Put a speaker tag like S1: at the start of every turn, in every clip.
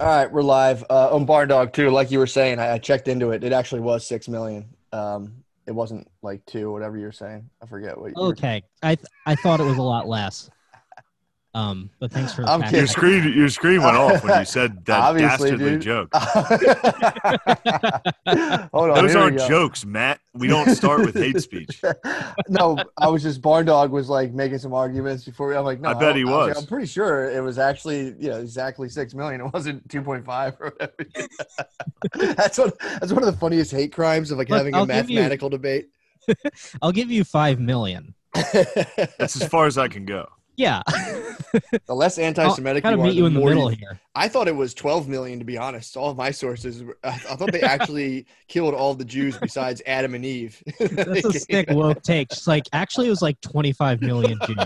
S1: All right, we're live uh, on Barn Dog too. Like you were saying, I, I checked into it. It actually was six million. Um, it wasn't like two, whatever you're saying. I forget what. you were-
S2: Okay, I th- I thought it was a lot less. Um, but thanks for. the
S1: I'm
S2: fact
S1: kidding.
S3: Your
S2: check.
S3: screen, your screen went off when you said that
S1: Obviously,
S3: dastardly
S1: dude.
S3: joke.
S2: Oh.
S1: Hold on.
S3: Those
S1: here we
S3: aren't
S1: go.
S3: jokes, Matt. We don't start with hate speech.
S1: no, I was just Barn Dog was like making some arguments before. I'm like, no,
S3: I bet
S1: don't-
S3: he
S1: I like,
S3: was.
S1: I'm pretty sure it was actually, you know, exactly six million. It wasn't two point five or whatever. that's what. That's one of the funniest hate crimes of like
S2: Look,
S1: having a
S2: I'll give you-
S1: mathematical debate.
S2: I'll give you five million.
S3: That's as far as I can go.
S2: Yeah,
S1: the less anti-Semitic
S2: gotta
S1: you are,
S2: meet you in the
S1: more
S2: middle here.
S1: I thought it was 12 million, to be honest. All of my sources, were- I, I thought they actually killed all the Jews besides Adam and Eve.
S2: That's a sick woke take. She's like, actually, it was like twenty five million Jews.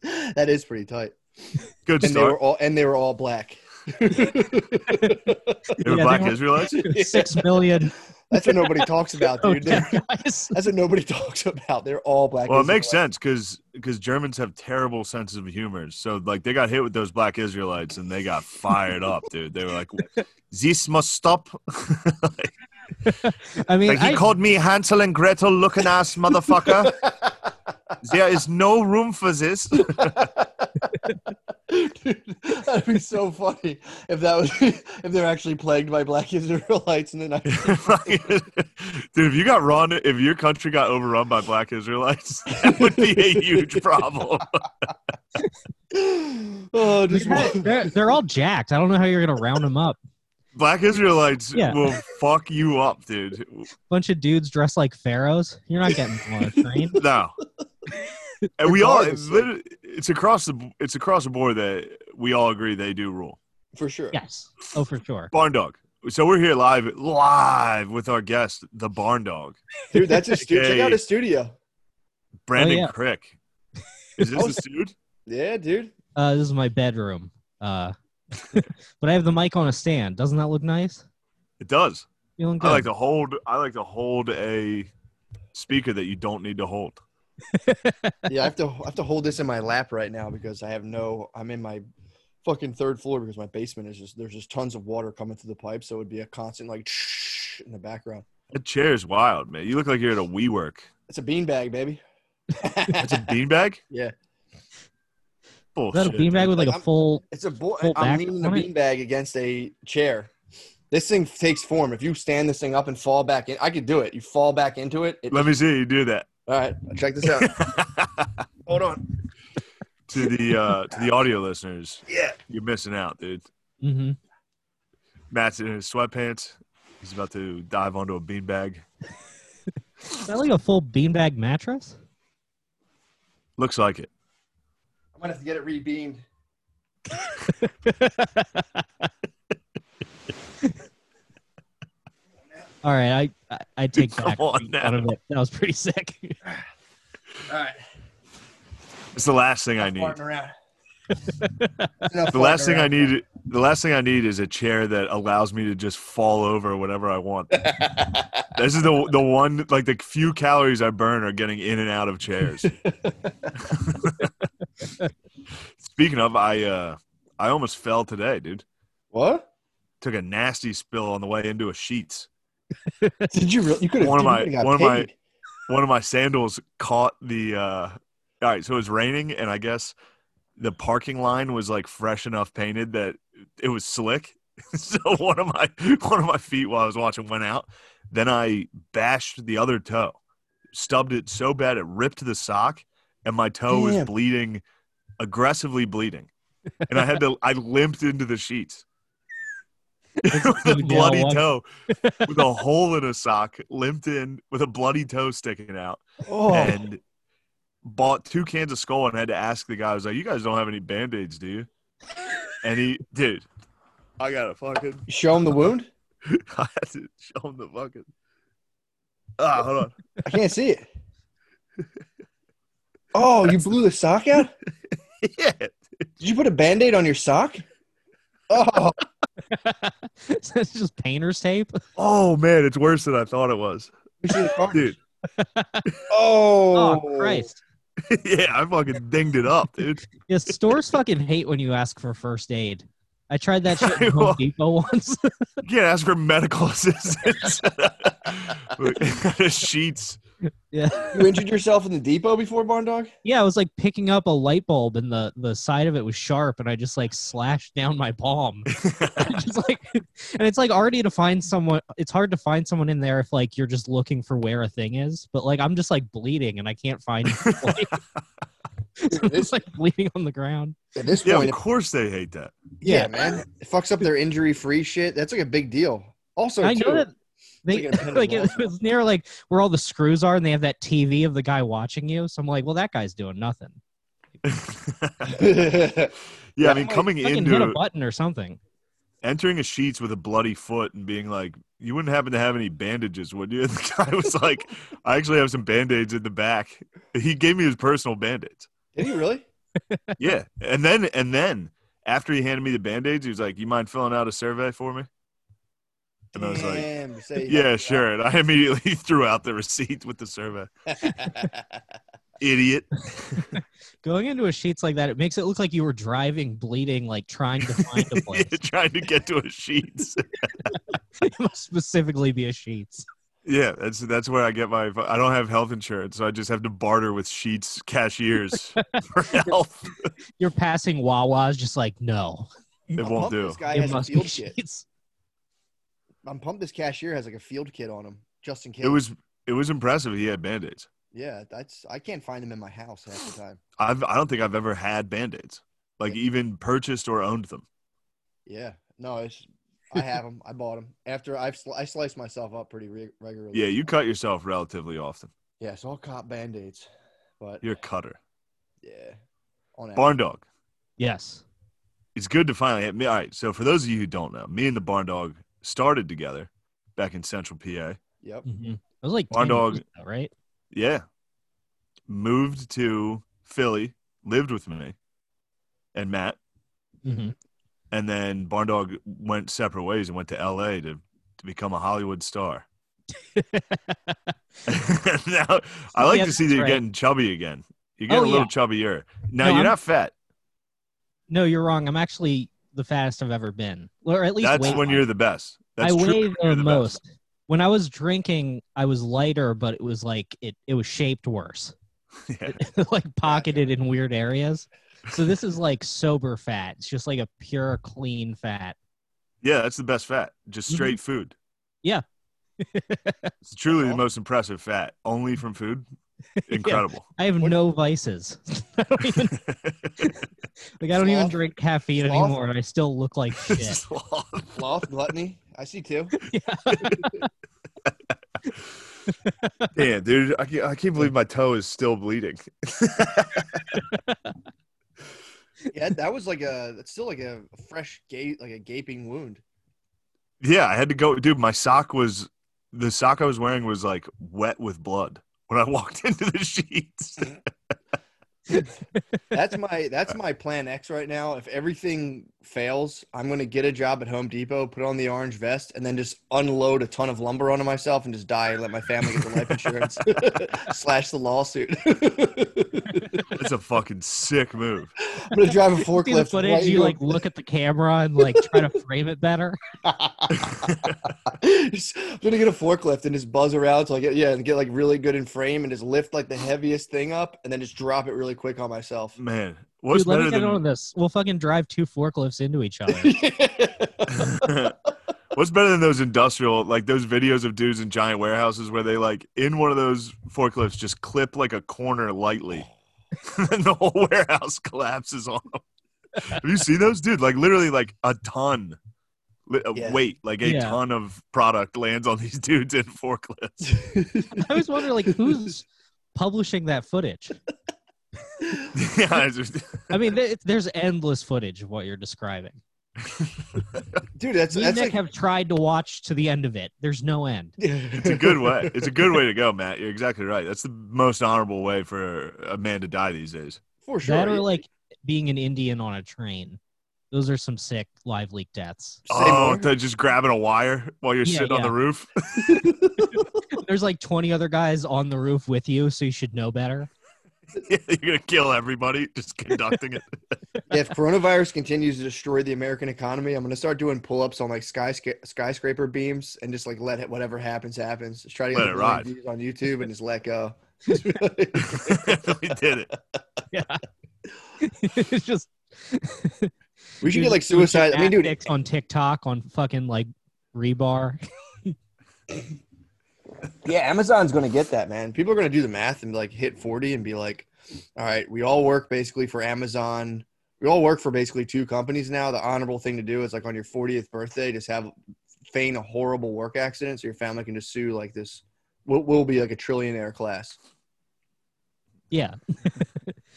S1: that is pretty tight.
S3: Good
S1: And they were
S3: start.
S1: all and they were all black.
S3: They were
S2: yeah, they
S3: black
S2: were-
S3: Israelites.
S2: Six million.
S1: That's what nobody talks about, dude.
S2: Okay,
S1: They're-
S2: guys.
S1: That's what nobody talks about. They're all black.
S3: Well, it makes
S1: Israelites.
S3: sense because Germans have terrible senses of humor. So like they got hit with those black Israelites and they got fired up, dude. They were like, "This must stop." like,
S2: I mean,
S3: he
S2: I,
S3: called me Hansel and Gretel looking ass motherfucker. there is no room for this.
S1: Dude, that'd be so funny if that was if they're actually plagued by black Israelites and then I
S3: dude, if you got run, if your country got overrun by black Israelites, that would be a huge problem.
S1: oh,
S2: I mean,
S1: just
S2: that- they're, they're all jacked. I don't know how you're gonna round them up.
S3: Black Israelites
S2: Yeah.
S3: will fuck you up, dude.
S2: Bunch of dudes dressed like pharaohs. You're not getting on a train.
S3: No. And we all
S1: Regardless of-
S3: literally- it's across the it's across the board that we all agree they do rule.
S1: for sure.
S2: Yes. Oh, for sure.
S3: Barn dog. So we're here live live with our guest, the barn dog,
S1: Dude, that's his studio. Check
S3: Okay.
S1: out his studio.
S3: Brandon
S2: yeah.
S3: Crick. Is this
S1: Oh,
S3: a dude?
S1: Yeah, dude.
S2: Uh, this is my bedroom. Uh, but I have the mic on a stand. Doesn't that look nice?
S3: It does.
S2: Feeling good.
S3: I like to hold I like to hold a speaker that you don't need to hold.
S1: Yeah, I have to I have to hold this in my lap right now because I have no I'm in my fucking third floor because my basement is just there's just tons of water coming through the pipe, so it would be a constant like in the background.
S3: That chair's wild, man. You look like you're at a WeWork.
S1: It's a beanbag, baby.
S3: It's a beanbag?
S1: Yeah.
S2: Is that
S3: Bullshit.
S2: a beanbag with
S1: Like,
S2: like
S1: I'm-
S2: a full?
S1: It's a boy.
S2: Full
S1: I'm
S2: back
S1: leaning a
S2: on it?
S1: beanbag against a chair. This thing takes form. If you stand this thing up and fall back in, I could do it. You fall back into it. it
S3: Let me see you do that.
S1: all right, check this out. Hold on.
S3: to the uh, to the audio listeners,
S1: Yeah.
S3: you're missing out, dude.
S2: hmm
S3: Matt's in his sweatpants. He's about to dive onto a beanbag.
S2: Is that like a full beanbag mattress?
S3: Looks like it.
S1: I'm gonna have to get it rebeamed.
S2: All right, I I, I take
S3: Come
S2: back
S3: on
S2: out of it. That was pretty sick.
S1: All right.
S3: It's the last thing I need.
S1: farting around. It's enough
S3: The last
S1: farting
S3: thing I
S1: around.
S3: need. The last thing I need is a chair that allows me to just fall over whenever I want. this is the the one. Like the few calories I burn are getting in and out of chairs. Speaking of, I uh, I almost fell today, dude.
S1: What?
S3: Took a nasty spill on the way into a sheets.
S1: Did you really? You could have.
S3: One of my-
S1: got
S3: one of my-
S1: paid.
S3: one of my sandals caught the uh all right so it was raining and i guess the parking line was like fresh enough painted that it was slick so one of my one of my feet while i was watching went out then i bashed the other toe stubbed it so bad it ripped the sock and my toe
S1: Damn.
S3: was bleeding aggressively bleeding and i had to i limped into the sheets with a
S2: DL
S3: bloody
S2: walk.
S3: toe with a hole in a sock limped in with a bloody toe sticking out
S1: Oh,
S3: and bought two cans of skull and had to ask the guy, I was like, You guys don't have any band aids, do you? And he, dude, I got to fucking,
S1: show him the wound.
S3: I had to show him the fucking. Ah, hold on.
S1: I can't see it. Oh, you blew the sock out?
S3: Yeah.
S1: Did you put a band aid on your sock? Oh,
S2: Is that just painter's tape?
S3: Oh, man, it's worse than I thought it was.
S1: we see the carnage.
S3: Dude.
S1: Oh,
S2: Oh, Christ!
S3: yeah, I fucking dinged it up, dude.
S2: Yeah, stores fucking hate when you ask for first aid. I tried that shit at Home
S3: Well-
S2: Depot once.
S3: You can't ask for medical assistance. Sheets.
S2: yeah.
S1: You injured yourself in the depot before, Barn Dog?
S2: Yeah, I was like picking up a light bulb and the, the side of it was sharp and I just like slashed down my palm. just like and it's like already to find someone it's hard to find someone in there if like you're just looking for where a thing is. But like I'm just like bleeding and I can't find like, it's
S1: This-
S2: like bleeding on the ground.
S1: At this
S3: Yeah,
S1: point,
S3: of course they hate that.
S1: yeah,
S2: yeah.
S1: man, it fucks up their injury-free shit. That's like a big deal. Also,
S2: I
S1: too,
S2: know that they
S1: like an
S2: like
S1: appendage
S2: it was near like where all the screws are and they have that TV of the guy watching you. So I'm like, well that guy's doing nothing.
S3: yeah,
S1: Yeah,
S3: I mean,
S1: like,
S3: coming
S2: Fucking hit a
S3: into
S2: button or something.
S3: entering a sheets with a bloody foot and being like, "You wouldn't happen to have any bandages, would you?" And the guy was like, "I actually have some band aids in the back." He gave me his personal band aids.
S1: Did he really?
S3: Yeah, and then and then after he handed me the band aids, he was like, "You mind filling out a survey for me?" And I was like,
S1: Damn, say he
S3: Yeah,
S1: helped you
S3: sure. And I immediately threw out the receipt with the survey.
S1: out.
S3: Idiot.
S2: Going into a sheets like that, it makes it look like you were driving, bleeding, like trying to find a place.
S3: trying to get to a sheets.
S2: it must specifically be a sheets.
S3: Yeah, that's that's where I get my. I don't have health insurance, so I just have to barter with Sheets cashiers for health.
S2: You're passing Wawa's, just like no,
S3: It
S1: I'm
S3: won't
S1: pumped
S3: do.
S1: This guy
S2: it
S1: has a
S2: must be
S1: field kit.
S2: sheets.
S1: I'm pumped. This cashier has like a field kit on him, just in case.
S3: It was it was impressive. He had band aids.
S1: yeah. That's I can't find them in my house half the time.
S3: I've I don't think I've ever had band aids, like even purchased or owned them.
S1: Yeah, no, it's I have them. I bought them after I've sli- I slice myself up pretty re- regularly.
S3: Yeah, you cut yourself relatively often.
S1: Yeah, it's all cop band aids, but
S3: You're a cutter.
S1: yeah, on average.
S3: Barn dog.
S2: Yes,
S3: it's good to finally have me. All right. So for those of you who don't know, me and the barn dog started together back in central PA.
S1: Yep.
S2: Mhm. it was like
S3: Barn
S2: 10 years
S3: dog.
S2: ago, right?
S3: Yeah. Moved to Philly, lived with me and Matt.
S2: Mhm.
S3: And then barn dog went separate ways and went to LA to, to become a Hollywood star. now I like
S2: Yeah,
S3: to see
S2: that's
S3: that you're
S2: right.
S3: getting chubby again. You're getting
S2: Oh,
S3: a little
S2: yeah.
S3: chubbier. Now
S2: No,
S3: you're
S2: I'm-
S3: not fat.
S2: No, you're wrong. I'm actually the fattest I've ever been, or at least
S3: That's
S2: weight-wise.
S3: when you're the best. That's
S2: I
S3: true.
S2: weigh
S3: when
S2: the,
S3: you're best.
S2: most. When I was drinking, I was lighter, but it was like it, it was shaped worse,
S3: Yeah.
S2: like pocketed in weird areas. So this is like sober fat. It's just like a pure, clean fat.
S3: Yeah, that's the best fat. Just
S2: Mhm.
S3: straight food.
S2: Yeah.
S3: it's truly the
S1: all.
S3: most impressive fat, only from food. Incredible.
S2: I have
S1: What-
S2: no vices. I don't even, like I don't even
S1: Sloth?
S2: drink caffeine
S1: Sloth?
S2: anymore, and I still look like shit.
S3: Sloth.
S1: Sloth, gluttony. I see two.
S3: Damn, dude, I can't, I can't believe my toe is still bleeding.
S1: Yeah, that was like a. It's still like a fresh gate, like a gaping wound.
S3: yeah, I had to go, dude. My sock was the sock I was wearing was like wet with blood when I walked into the sheets.
S1: That's my that's my plan X right now. If everything fails, I'm gonna get a job at Home Depot, put on the orange vest, and then just unload a ton of lumber onto myself and just die and let my family get the life insurance slash the lawsuit. I'm
S3: That's a fucking sick move.
S1: gonna drive a
S2: See the
S1: forklift.
S2: footage,
S1: right
S2: you
S1: into
S2: like look at the camera and like try to frame it better.
S1: a- Just- I'm gonna get a forklift and just buzz around till I get yeah and get like really good in frame and just lift like the heaviest thing up and then just drop it really quick on myself.
S3: Man, what's
S2: Dude, let me
S3: better
S2: get
S3: than
S2: on this. We'll fucking drive two forklifts into each other. Mm.
S3: What's better than those industrial, like those videos of dudes in giant warehouses where they like in one of those forklifts just clip like a corner lightly, and the whole warehouse collapses on them. Have you seen those, dude? Like literally, like a ton li- of
S1: Yeah.
S3: weight, like a
S2: Yeah.
S3: ton of product lands on these dudes in forklifts.
S2: I always wonder like who's publishing that footage.
S3: yeah, I just-
S2: I mean, th- there's endless footage of what you're describing.
S1: Dude, that's
S2: You,
S1: that's
S2: Nick,
S1: like
S2: have tried to watch to the end of it. There's no end.
S3: it's a good way. It's a good way to go, Matt. You're exactly right. That's the most honorable way for a man to die these days.
S1: for sure.
S2: That or like being an Indian on a train. Those are some sick live leak deaths.
S1: Say
S3: oh,
S1: more.
S3: to just grabbing a wire while you're
S2: Yeah,
S3: sitting on
S2: yeah.
S3: the roof.
S2: There's like 20 other guys on the roof with you, so you should know better.
S3: Yeah, you're gonna kill everybody just conducting it.
S1: if coronavirus continues to destroy the American economy, I'm gonna start doing pull-ups on like skysca- skyscraper beams and just like let it, whatever happens happens. Just try to get like, a
S3: Let it
S1: million
S3: ride.
S1: views on YouTube and just let go.
S3: we did it.
S2: it's just
S1: we should
S2: Dude,
S1: get like
S2: just doing
S1: suicide. I mean, dude,
S2: gymnastics on TikTok on fucking like rebar.
S1: yeah, Amazon's gonna get that, man. People are gonna do the math and like hit 40 and be like, all right, we all work basically for Amazon. We all work for basically two companies now. The honorable thing to do is like on your 40th birthday, just have feign a horrible work accident so your family can just sue like this. Will will be like a trillionaire class.
S2: Yeah,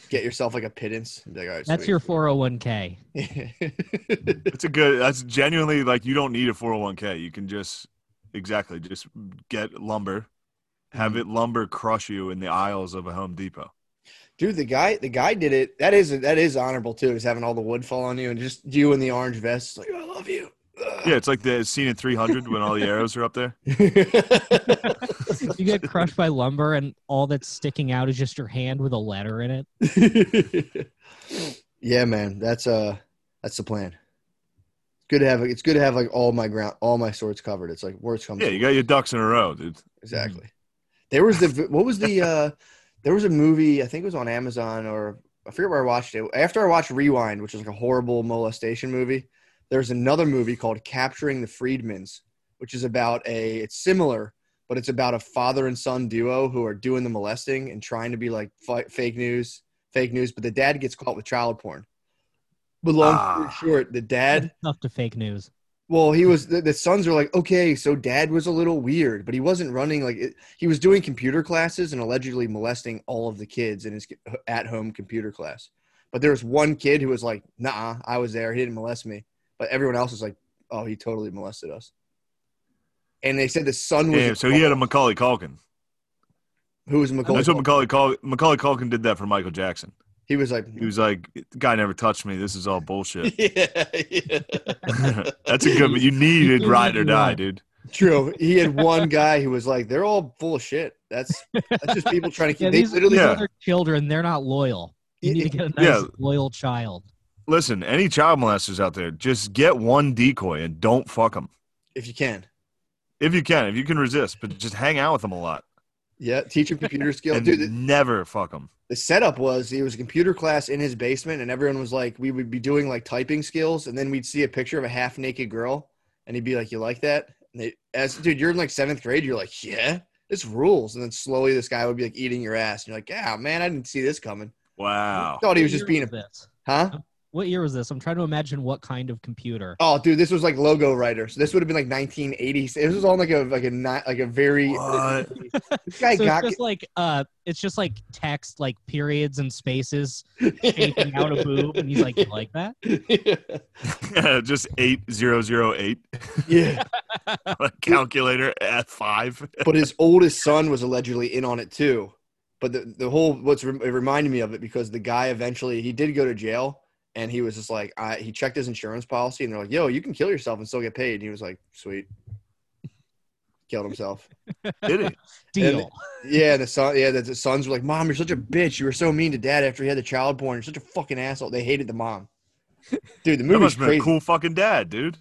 S1: Get yourself like a pittance. and be like, all right,
S2: that's your 401k.
S1: your.
S3: It's a good. That's genuinely like you don't need a 401k. You can just exactly just get lumber, have
S1: Mm-hmm.
S3: it lumber crush you in the aisles of a Home Depot.
S1: Dude, the guy, the guy did it. That is that is honorable too. Is having all the wood fall on you and just you in the orange vest. Like I love you. Ugh.
S3: Yeah, it's like the scene in 300 when all the arrows are up there.
S2: You get crushed by lumber, and all that's sticking out is just your hand with a letter in it.
S1: yeah, man, that's uh that's the plan. Good to have it's good to have like all my ground, all my swords covered. It's like words comes
S3: Yeah,
S1: to-
S3: you got your ducks in a row, dude.
S1: exactly. There was the what was the uh there was a movie I think it was on Amazon or I forget where I watched it. After I watched Rewind, which is like a horrible molestation movie, there's another movie called Capturing the Freedmans, which is about a it's similar, but it's about a father and son duo who are doing the molesting and trying to be like fi- fake news, fake news, but the dad gets caught with child porn. But long story
S3: Ah.
S1: short, the dad
S2: Enough to fake news.
S1: well, he was the, the sons are like, okay, so dad was a little weird, but he wasn't running like it, he was doing computer classes and allegedly molesting all of the kids in his at home computer class. But there was one kid who was like, nah, I was there. He didn't molest me. But everyone else was like, oh, he totally molested us. And they said the son was
S3: Yeah, so he had a Macaulay Culkin.
S1: who was Macaulay.
S3: That's what Macaulay Culkin, Macaulay Culkin did that for Michael Jackson.
S1: he was like,
S3: He was like, "The guy never touched me. This is all bullshit."
S1: yeah, yeah.
S3: That's a good. You needed ride or die, dude.
S1: True. He had one guy who was like, they're all full of shit. That's that's just people trying to keep.
S2: Yeah,
S1: they
S2: these,
S1: literally
S2: these
S3: Yeah.
S2: other children, they're not loyal. You need to get a nice
S3: Yeah.
S2: loyal child.
S3: Listen, any child molesters out there, just get one decoy and don't fuck them
S1: if you can.
S3: if you can. If you can resist, but just hang out with them a lot
S1: Yeah, teach him computer skills.
S3: and
S1: Dude, the,
S3: never fuck them.
S1: the setup was he was a computer class in his basement, and everyone was like, we would be doing like typing skills, and then we'd see a picture of a half naked girl, and he'd be like, "You like that?" And they, as dude, you're in like seventh grade, you're like, "Yeah, this rules." And then slowly, this guy would be like eating your ass, and you're like, "Yeah, man, I didn't see this coming."
S3: Wow.
S1: Thought he was
S2: What
S1: just being
S2: year
S1: a
S2: this.
S1: huh."
S2: What year was this? I'm trying to imagine what kind of computer.
S1: Oh, dude, this was like logo writer. So this would have been like 1980s. This was on like a like a not like a very.
S3: What?
S1: This guy
S2: so
S1: got
S2: it's just like uh, it's just like text, like periods and spaces, shaping out a boob, and he's like, "You like that?"
S3: just eight zero zero eight
S1: yeah.
S3: calculator at five.
S1: but his oldest son was allegedly in on it too. But the, the whole what's re- it reminded me of it because the guy eventually he did go to jail and he was just like I, he checked his insurance policy and they're like yo you can kill yourself and still get paid and he was like sweet killed himself
S3: Did he?
S2: Deal.
S1: yeah and the son yeah the, the sons were like mom you're such a bitch you were so mean to dad after he had the child porn you're such a fucking asshole they hated the mom dude the
S3: That
S1: movie's
S3: must have
S1: crazy
S3: been a cool fucking dad, dude.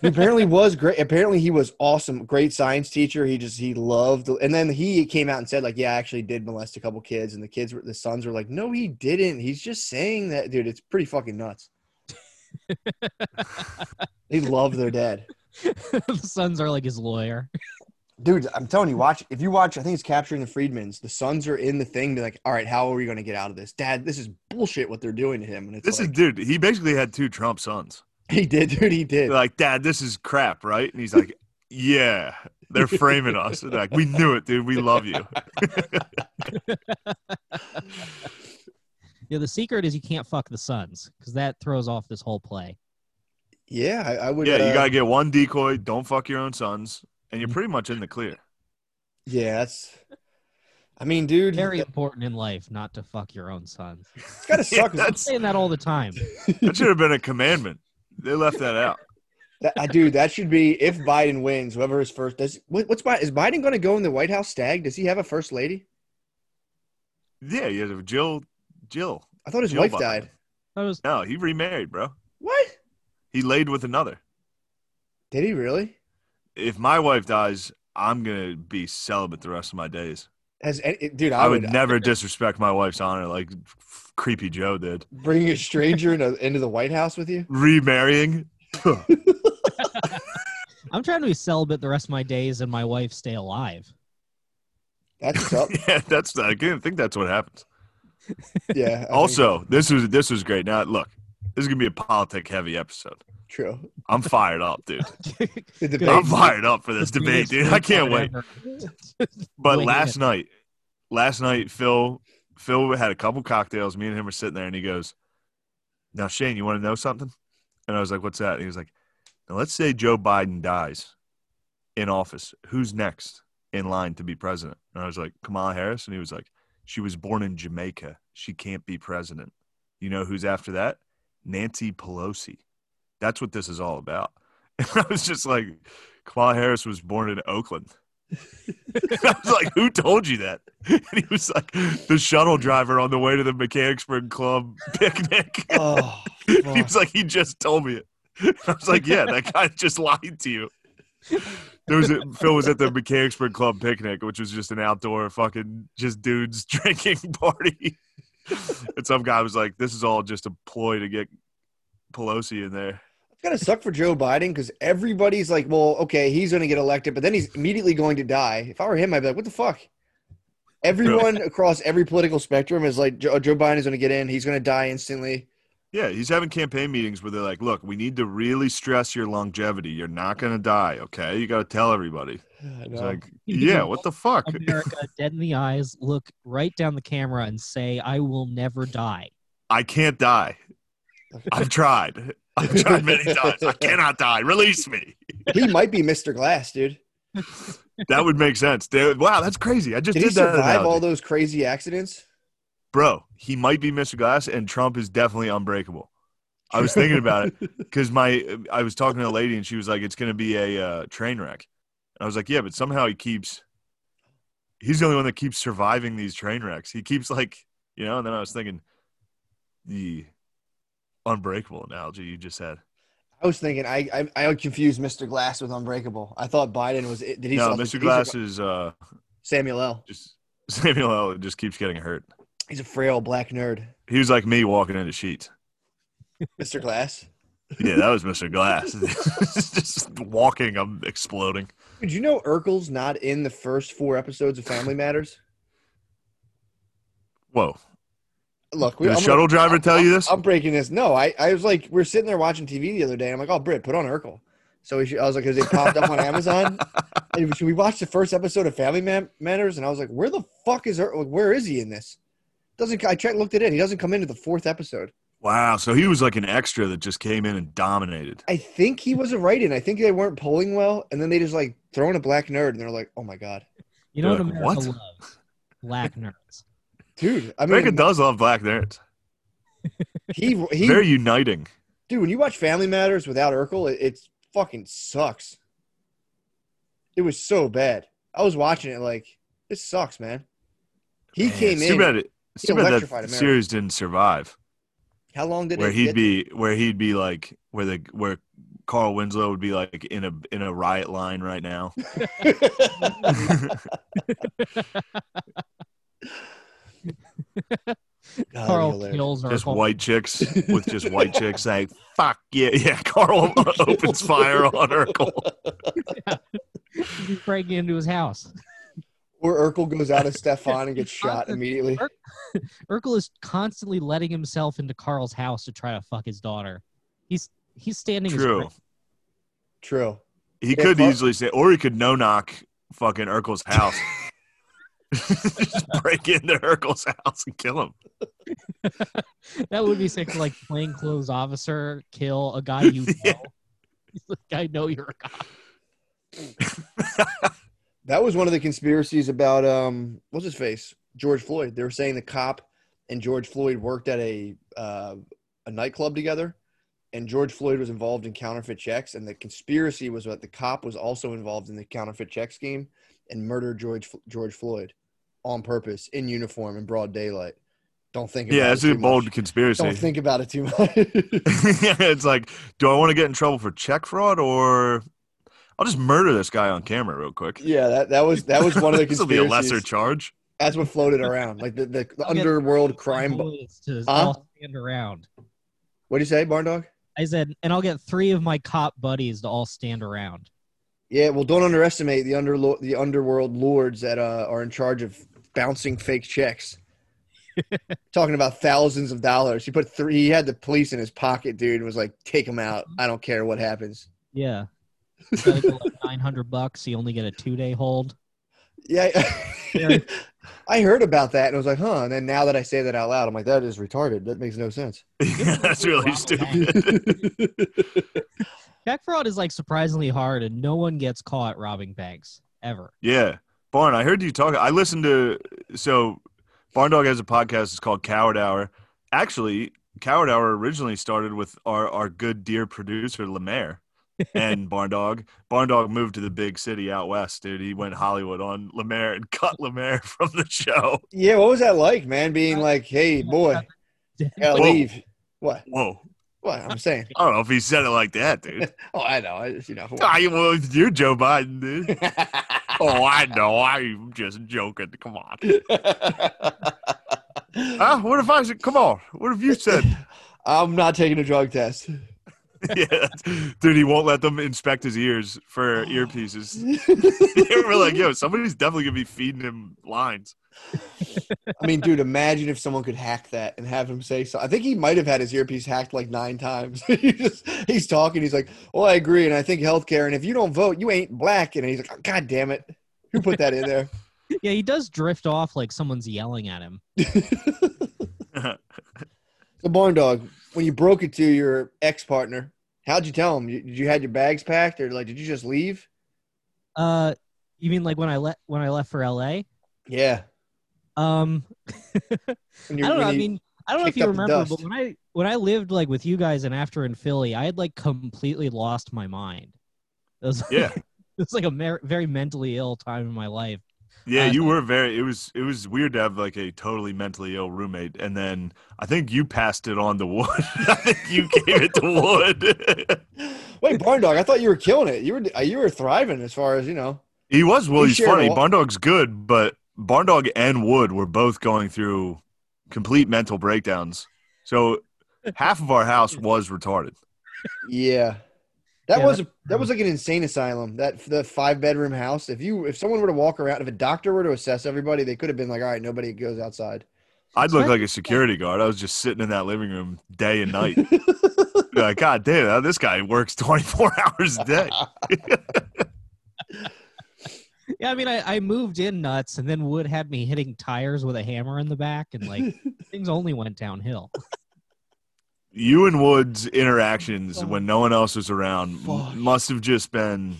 S1: he apparently was great. Apparently, he was awesome. Great science teacher. He just he loved. And then he came out and said like, "Yeah, I actually did molest a couple kids." And the kids, were, the sons, were like, "No, he didn't. He's just saying that, dude. It's pretty fucking nuts." they love their dad,
S2: the sons are like his lawyer.
S1: dude. I'm telling you, watch if you watch. I think it's Capturing the Freedmans. The sons are in the thing. They're like, "All right, how are we going to get out of this, Dad? This is bullshit. What they're doing to him." And it's
S3: This is
S1: like,
S3: dude. He basically had two Trump sons.
S1: he did, dude. He did.
S3: They're like, Dad, this is crap, right? And he's like, Yeah, they're framing us. They're like, we knew it, dude. We love you.
S2: Yeah, the secret is you can't fuck the sons because that throws off this whole play.
S1: yeah, I, I would.
S3: Yeah,
S1: uh,
S3: you gotta get one decoy. Don't fuck your own sons, and you're pretty much in the clear.
S1: Yeah, that's. I mean, dude,
S2: Very important in life not to fuck your own sons.
S1: it's gotta suck. 'cause
S2: I'm
S3: That's-
S2: saying that all the time.
S3: That should have been a commandment. They left that out.
S1: That, I do. That should be if Biden wins, whoever is first. Does what, what's Biden? Is Biden going to go in the White House stag? Does he have a first lady?
S3: Yeah, yeah. Jill, Jill.
S1: I thought his
S3: Jill
S1: wife
S3: Biden.
S1: died.
S2: That was
S3: No, he remarried, bro.
S1: What?
S3: He laid with another.
S1: Did he really?
S3: If my wife dies, I'm gonna be celibate the rest of my days.
S1: Has any, dude? I,
S3: I, would, never disrespect my wife's honor like f- creepy Joe did.
S1: bringing a stranger in into the White House with you.
S3: Remarrying?
S2: I'm trying to be celibate the rest of my days and my wife stay alive.
S1: That's what's up.
S3: yeah, that's I can't think that's what happens.
S1: Yeah. I think
S3: Also, this was this was great. Now look, this is gonna be a politic heavy episode.
S1: it's true.
S3: I'm fired up, dude.
S1: The debate.
S3: I'm fired up for this
S2: The
S3: debate,
S2: biggest
S3: dude. I
S2: retard
S3: can't wait.
S2: ever.
S3: But
S2: Wait,
S3: last night, last night, Phil, Phil had a couple cocktails. Me and him were sitting there, and he goes, "Now, Shane, you want to know something?" And I was like, "What's that?" And he was like, "Now, let's say Joe Biden dies in office. Who's next in line to be president?" And I was like, "Kamala Harris." And he was like, "She was born in Jamaica. She can't be president." You know who's after that? Nancy Pelosi. That's what this is all about. And I was just like, Kamala Harris was born in Oakland. I was like, "Who told you that?" And he was like, "The shuttle driver on the way to the Mechanicsburg Club picnic."
S1: Oh,
S3: he
S1: fuck.
S3: was like, "He just told me it." I was like, "Yeah, that guy just lied to you." There was a, Phil was at the Mechanicsburg Club picnic, which was just an outdoor fucking just dudes drinking party, and some guy was like, "This is all just a ploy to get Pelosi in there."
S1: it's gonna suck for Joe Biden because everybody's like, well, okay, he's gonna get elected, but then he's immediately going to die. If I were him, I'd be like, what the fuck? Everyone across every political spectrum is like, Joe, Joe Biden is gonna get in. He's gonna die instantly.
S3: Yeah, he's having campaign meetings where they're like, look, we need to really stress your longevity. You're not going to die, okay? You got to tell everybody.
S1: I
S3: It's
S1: know.
S3: like, yeah, what the fuck?
S2: America dead in the eyes, look right down the camera and say, I will never die.
S3: I can't die. I've tried. I've tried many times. I cannot die. Release me.
S1: he might be Mr. Glass, dude.
S3: That would make sense. Dude, wow, that's crazy. I just
S1: Did
S3: did,
S1: he
S3: that.
S1: survive
S3: analogy.
S1: all those crazy accidents?
S3: Bro, he might be Mr. Glass, and Trump is definitely unbreakable. I was thinking about it because my I was talking to a lady, and she was like, "It's going to be a uh, train wreck." And I was like, "Yeah, but somehow he keeps. He's the only one that keeps surviving these train wrecks. He keeps like, you know." And then I was thinking, the unbreakable analogy you just had.
S1: I was thinking I I, I confused Mr. Glass with Unbreakable. I thought Biden was. Did he?
S3: no,
S1: also- he's
S3: Mr.
S1: a-
S3: Glass is uh,
S1: Samuel L.
S3: just Samuel L. just keeps getting hurt.
S1: He's a frail black nerd.
S3: He was like me walking into sheets.
S1: Mr. Glass.
S3: Yeah, that was Mr. Glass. just walking, I'm exploding.
S1: Did you know Urkel's not in the first four episodes of Family Matters?
S3: Whoa!
S1: Look,
S3: Did the
S1: I'm
S3: shuttle driver tell you this?
S1: I'm breaking this. No, I, I was like, we are sitting there watching TV the other day. I'm like, oh, Britt, put on Urkel. So we should, I was like, because it popped up on Amazon. And should we watch the first episode of Family Man- Matters? And I was like, where the fuck is Urkel? Like, where is he in this? Doesn't I checked, looked it in. He doesn't come into the fourth episode.
S3: Wow, so he was like an extra that just came in and dominated.
S1: I think he was a write-in. I think they weren't polling well, and then they just like throwing a black nerd, and they're like, oh my god,
S2: You know what
S3: They're like,
S2: America
S3: "What?"
S2: loves? Black nerds.
S1: dude. I
S3: America
S1: mean,
S3: does love black nerds.
S1: he he
S3: Very uniting.
S1: dude, when you watch Family Matters without Urkel, it, it's fucking sucks. It was so bad. I was watching it like this sucks, man. He
S3: Man,
S1: came
S3: it's too
S1: in.
S3: Bad it, it's
S1: He
S3: too bad that
S1: electrified America.
S3: series didn't survive.
S1: How long did
S3: Where
S1: it
S3: he'd
S1: get?
S3: be, where he'd be like, where the where Carl Winslow would be like in a in a riot line right now.
S1: God, that'd be
S2: Carl
S1: hilarious.
S2: kills
S3: just
S2: Urkel.
S3: white chicks with just white chicks saying, "Fuck yeah, yeah." Carl opens fire on Urkel.
S2: He's breaking into his house.
S1: Or Urkel goes out of Stefan and gets shot immediately.
S2: Urkel is constantly letting himself into Carl's house to try to fuck his daughter. He's he's standing his
S3: True.
S2: ground.
S1: True.
S3: He
S1: Yeah,
S3: could
S1: Carl-
S3: easily say, or he could no knock fucking Urkel's house. Just break into Urkel's house and kill him.
S2: That would be sick. Like plainclothes officer kill a guy you know.
S3: Yeah.
S2: He's like, I know you're a cop.
S1: That was one of the conspiracies about um what's his face George Floyd. They were saying the cop and George Floyd worked at a uh, a nightclub together, and George Floyd was involved in counterfeit checks. And the conspiracy was that the cop was also involved in the counterfeit check scheme and murdered George George Floyd. on purpose in uniform in broad daylight. Don't think. About
S3: Yeah,
S1: it
S3: that's a
S1: too
S3: bold
S1: much.
S3: conspiracy.
S1: Don't think about it too much.
S3: it's like, do I want to get in trouble for check fraud or I'll just murder this guy on camera real quick?
S1: yeah, that, that was that was one of the
S3: this will be
S1: conspiracies.
S3: a lesser charge.
S1: That's what floated around, like the, the
S2: I'll get
S1: underworld crime. Bo-
S2: Bullies to all stand around.
S1: what do you say, Barn Dog?
S2: I said, and I'll get three of my cop buddies to all stand around.
S1: Yeah, well, don't underestimate the under the underworld lords that uh, are in charge of bouncing fake checks. Talking about thousands of dollars. He put three. He had the police in his pocket, dude, and was like, "Take him out. I don't care what happens."
S2: Yeah. Instead of like 900 bucks, you only get a two day hold.
S1: Yeah,
S2: Yeah.
S1: I heard about that and I was like, "Huh." And then now that I say that out loud, I'm like, "That is retarded. That makes no sense."
S3: that's really
S2: Ronald
S3: stupid.
S2: Check fraud is like surprisingly hard, and no one gets caught robbing banks ever.
S3: yeah. Barn, I heard you talk. I listened to, so Barn Dog has a podcast. It's called Coward Hour. Actually, Coward Hour originally started with our, our good dear producer, Lemaire. and Barn Dog. Barn Dog moved to the big city out west, dude. He went Hollywood on Lemaire and cut Lemaire from the show.
S1: yeah, what was that like, man? Being like, "Hey, boy, gotta
S3: Whoa.
S1: leave." What?
S3: Whoa.
S1: What? I'm saying.
S3: I don't know if he said it like that, dude.
S1: Oh, I know. I just, you know.
S3: I, well, you're Joe Biden, dude. oh, I know. I'm just joking. Come on. Huh? What if I said, come on? What have you said?
S1: I'm not taking a drug test.
S3: yeah, that's- dude, he won't let them inspect his ears for earpieces.
S1: I
S3: We're like, yo, somebody's definitely going to be feeding him lines.
S1: mean, dude, imagine if someone could hack that and have him say so. I think he might have had his earpiece hacked like nine times. he just, he's talking. He's like, "Well, I agree, and I think healthcare. And if you don't vote, you ain't black." And he's like, "Oh, "God damn it, who put that in there?"
S2: Yeah, he does drift off like someone's yelling at him.
S1: So, Barn Dog, when you broke it to your ex partner, how'd you tell him? You, did you had your bags packed, or like, did you just leave?
S2: Uh, you mean like when I let when I left for LA?
S1: Yeah.
S2: Um,
S1: When
S2: I
S1: you-
S2: don't know.
S1: when
S2: I
S1: you-
S2: mean, I don't know if
S1: kicked
S2: you
S1: up the
S2: remember,
S1: dust.
S2: but when I when I lived like with you guys and after in Philly, I had like completely lost my mind. It was like,
S3: Yeah.
S2: it was like a mer- very mentally ill time in my life.
S3: Yeah,
S2: Uh,
S3: you were very. It was it was weird to have like a totally mentally ill roommate, and then I think you passed it on to Wood. I think you gave it to Wood.
S1: Wait, Barn Dog, I thought you were killing it. You were you were thriving as far as you know.
S3: he was well.
S1: We
S3: He's
S1: shared a
S3: funny.
S1: lot.
S3: Barn Dog's good, but Barn Dog and Wood were both going through complete mental breakdowns. So half of our house was retarded.
S1: Yeah, that
S2: Yeah,
S1: was that was like an insane asylum. That the five bedroom house. If you if someone were to walk around, if a doctor were to assess everybody, they could have been like, all right, nobody goes outside.
S3: I'd look
S2: Right.
S3: like a security guard. I was just sitting in that living room day and night. like, God damn, this guy works twenty four hours a day.
S2: Yeah, I mean, I, I moved in nuts, and then Wood had me hitting tires with a hammer in the back, and like things only went downhill.
S3: you and Woods' interactions
S1: Oh.
S3: when no one else was around m-
S1: Fuck.
S3: must have just been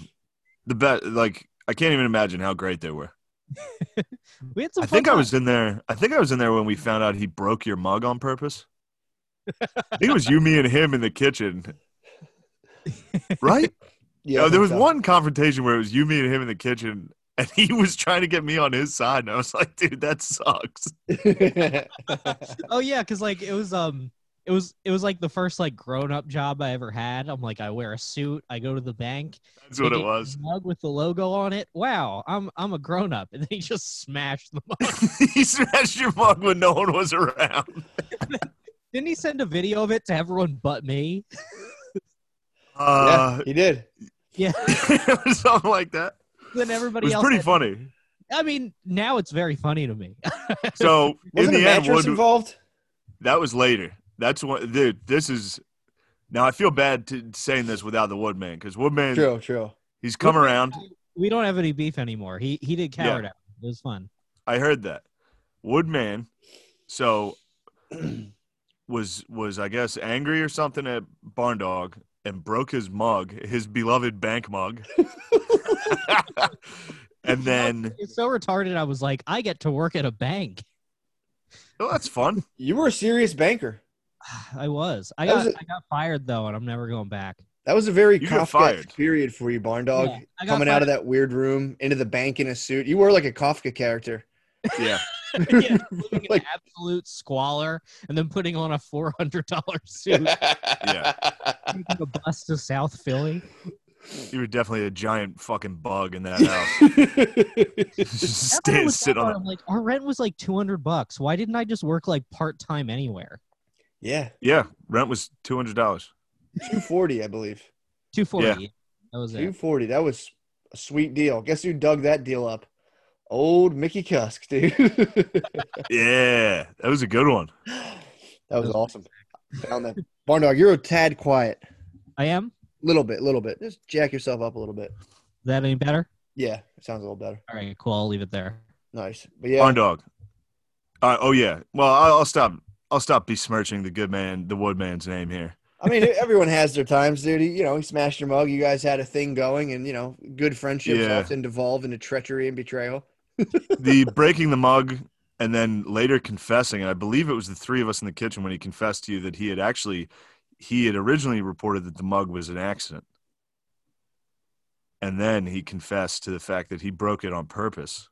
S3: the best. Like I can't even imagine how great they were.
S2: We had some.
S3: I think
S2: fun
S3: I
S2: times.
S3: was in there. I think I was in there when we found out he broke your mug on purpose. I think it was you, me, and him in the kitchen. Right?
S1: yeah,
S3: No, Oh, Uh, there
S1: I
S3: was
S1: think so.
S3: one confrontation where it was you, me, and him in the kitchen, and he was trying to get me on his side, and I was like, "Dude, that sucks."
S2: Oh yeah, because like it was um it was it was like the first like grown up job I ever had. I'm like I wear a suit, I go to the bank.
S3: That's what
S2: they
S3: it
S2: gave me a
S3: was.
S2: Mug with the logo on it. Wow, I'm I'm a grown up, and they just smashed the mug.
S3: he smashed your mug when no one was around.
S2: Didn't he send a video of it to everyone but me?
S3: Uh,
S1: yeah, he did.
S2: Yeah.
S3: something like that.
S2: then
S3: It
S2: everybody
S3: was
S2: else.
S3: pretty
S2: had-
S3: funny.
S2: I mean, now it's very funny to me.
S3: So in
S1: Wasn't a
S3: the end,
S1: mattress
S3: Wood,
S1: involved?
S3: that was later. That's what, dude. This is now. I feel bad to saying this without the Woodman because Woodman,
S1: True, true.
S3: he's come around.
S2: we don't have any beef anymore. He he did coward out. It was fun.
S3: I heard that Woodman. So was was I guess angry or something at Barn Dog and broke his mug, his beloved bank mug. and then
S2: It's so retarded. I was like, I get to work at a bank.
S3: oh, that's fun.
S1: You were a serious banker.
S2: I was. I
S1: That was
S2: got
S1: a-
S2: I got fired though, and I'm never going back.
S1: That was a very
S3: You got
S1: Kafka
S3: fired.
S1: period for you, Barn Dog.
S2: Yeah, I got
S1: Coming out
S2: fired.
S1: of that weird room into the bank in a suit. You were like a Kafka character.
S3: Yeah.
S2: yeah, living
S1: Like-
S2: in absolute squalor and then putting on a four hundred dollar suit, taking a bus to South Philly.
S3: You were definitely a giant fucking bug in that house.
S2: That's
S3: Just
S2: what I
S3: stand,
S2: was
S3: sit
S2: wondering,
S3: on
S2: like our rent was like two hundred bucks. Why didn't I just work like part time anywhere?
S1: yeah,
S3: it. Yeah, rent was two hundred dollars.
S1: two forty, I believe.
S2: Two forty. That was
S1: Two
S2: it.
S1: forty. That was a sweet deal. Guess who dug that deal up? Old Mickey Cusk, dude.
S3: Yeah, that was a good one.
S1: that was awesome. Found that barn dog. You're a tad quiet.
S2: I am.
S1: Little bit, little bit. Just jack yourself up a little bit.
S2: Is that any better?
S1: Yeah, it sounds a little better.
S2: All right, cool. I'll leave it there.
S1: Nice, but yeah,
S3: Barn dog. Uh, oh yeah. Well, I'll, I'll stop. I'll stop besmirching the good man, the woodman's name here.
S1: I mean, everyone has their times, dude. He- You know, he smashed your mug. You guys had a thing going, and you know, good friendships
S3: Yeah.
S1: often devolve into treachery and betrayal.
S3: The breaking the mug and then later confessing. And I believe it was the three of us in the kitchen when he confessed to you that he had actually, he had originally reported that the mug was an accident, and then he confessed to the fact that he broke it on purpose.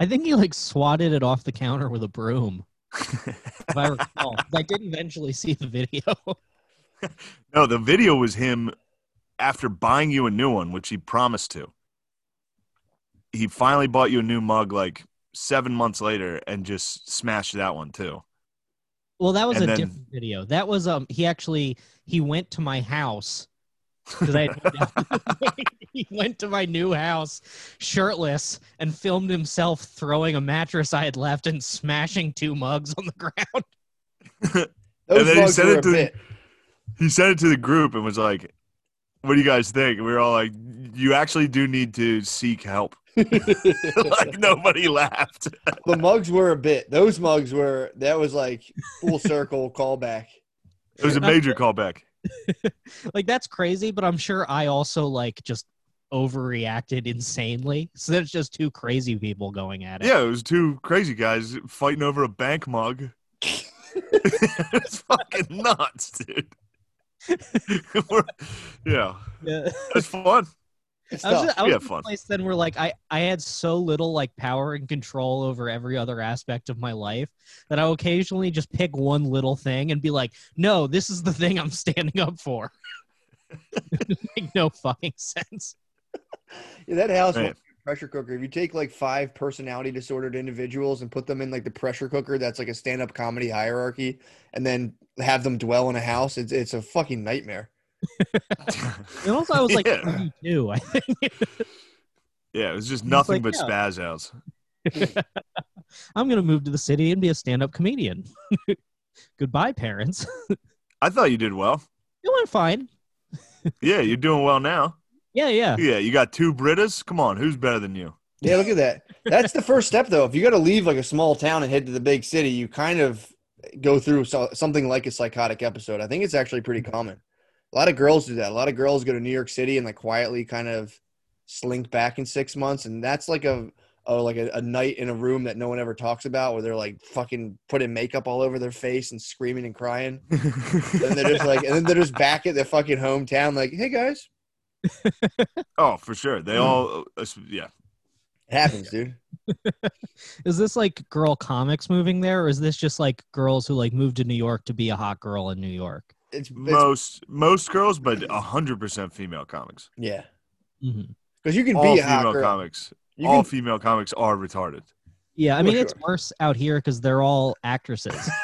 S2: I think he like swatted it off the counter with a broom. If I recall, 'Cause I did eventually see the video.
S3: No, the video was him after buying you a new one, which he promised to. He finally bought you a new mug like seven months later and just smashed that one too.
S2: well, that was
S3: And
S2: a
S3: then-
S2: different video. That was um. He actually he went to my house because I had he went to my new house shirtless and filmed himself throwing a mattress I had left and smashing two mugs on the ground.
S1: Those
S3: And then he
S1: mugs
S3: said
S1: were
S3: it
S1: a
S3: to-
S1: bit.
S3: He sent it to the group and was like, What do you guys think? We were all like, You actually do need to seek help. like nobody laughed.
S1: The mugs were a bit. Those mugs were. That was like full circle callback.
S3: It was a major callback.
S2: Like that's crazy, but I'm sure I also like just overreacted insanely. So there's just two crazy people going at it.
S3: Yeah, it was two crazy guys fighting over a bank mug. it's fucking nuts, dude. We're- yeah,
S2: Yeah.
S3: that's fun.
S1: It's
S2: I was,
S1: tough.
S2: I was
S3: Yeah,
S2: in a
S3: fun.
S2: place then where like I, I had so little like power and control over every other aspect of my life that I would occasionally just pick one little thing and be like, no, this is the thing I'm standing up for. Make no fucking sense.
S1: Yeah, that house
S3: Right.
S1: was a pressure cooker. If you take like five personality disordered individuals and put them in like the pressure cooker, that's like a stand up comedy hierarchy, and then have them dwell in a house, it's it's a fucking nightmare.
S2: And also I was like
S3: Yeah.
S2: 32. I think
S3: Yeah, it was just nothing
S2: like,
S3: but
S2: yeah.
S3: spaz outs.
S2: I'm gonna move to the city and be a stand up comedian. Goodbye, parents.
S3: I thought you did well.
S2: It went fine.
S3: Yeah, you're doing well now.
S2: Yeah, yeah.
S3: Yeah, you got two Britas. Come on, who's better than you?
S1: Yeah, look at that. That's the first step, though. If you got to leave like a small town and head to the big city, you kind of go through so, something like a psychotic episode. I think it's actually pretty
S3: Mm-hmm.
S1: common. A lot of girls do that. A lot of girls go to New York City and like quietly kind of slink back in six months, and that's like a oh like a, a night in a room that no one ever talks about, where they're like fucking putting makeup all over their face and screaming and crying. Then they're just like, and then they're just back at their fucking hometown, like, hey guys,
S3: oh, for sure. They
S1: Mm.
S3: all, uh, yeah.
S1: it happens, dude.
S2: Is this like girl comics moving there, or is this just like girls who like moved to New York to be a hot girl in New York?
S1: It's, it's
S3: Most most girls, but 100% female comics.
S1: yeah,
S2: hmm
S1: because you can
S3: All
S1: be a hot
S3: female
S1: girl.
S3: comics.
S1: You
S3: all
S1: can
S3: female comics are retarded.
S2: Yeah, I
S1: For
S2: mean it's
S1: sure.
S2: worse out here because they're all actresses.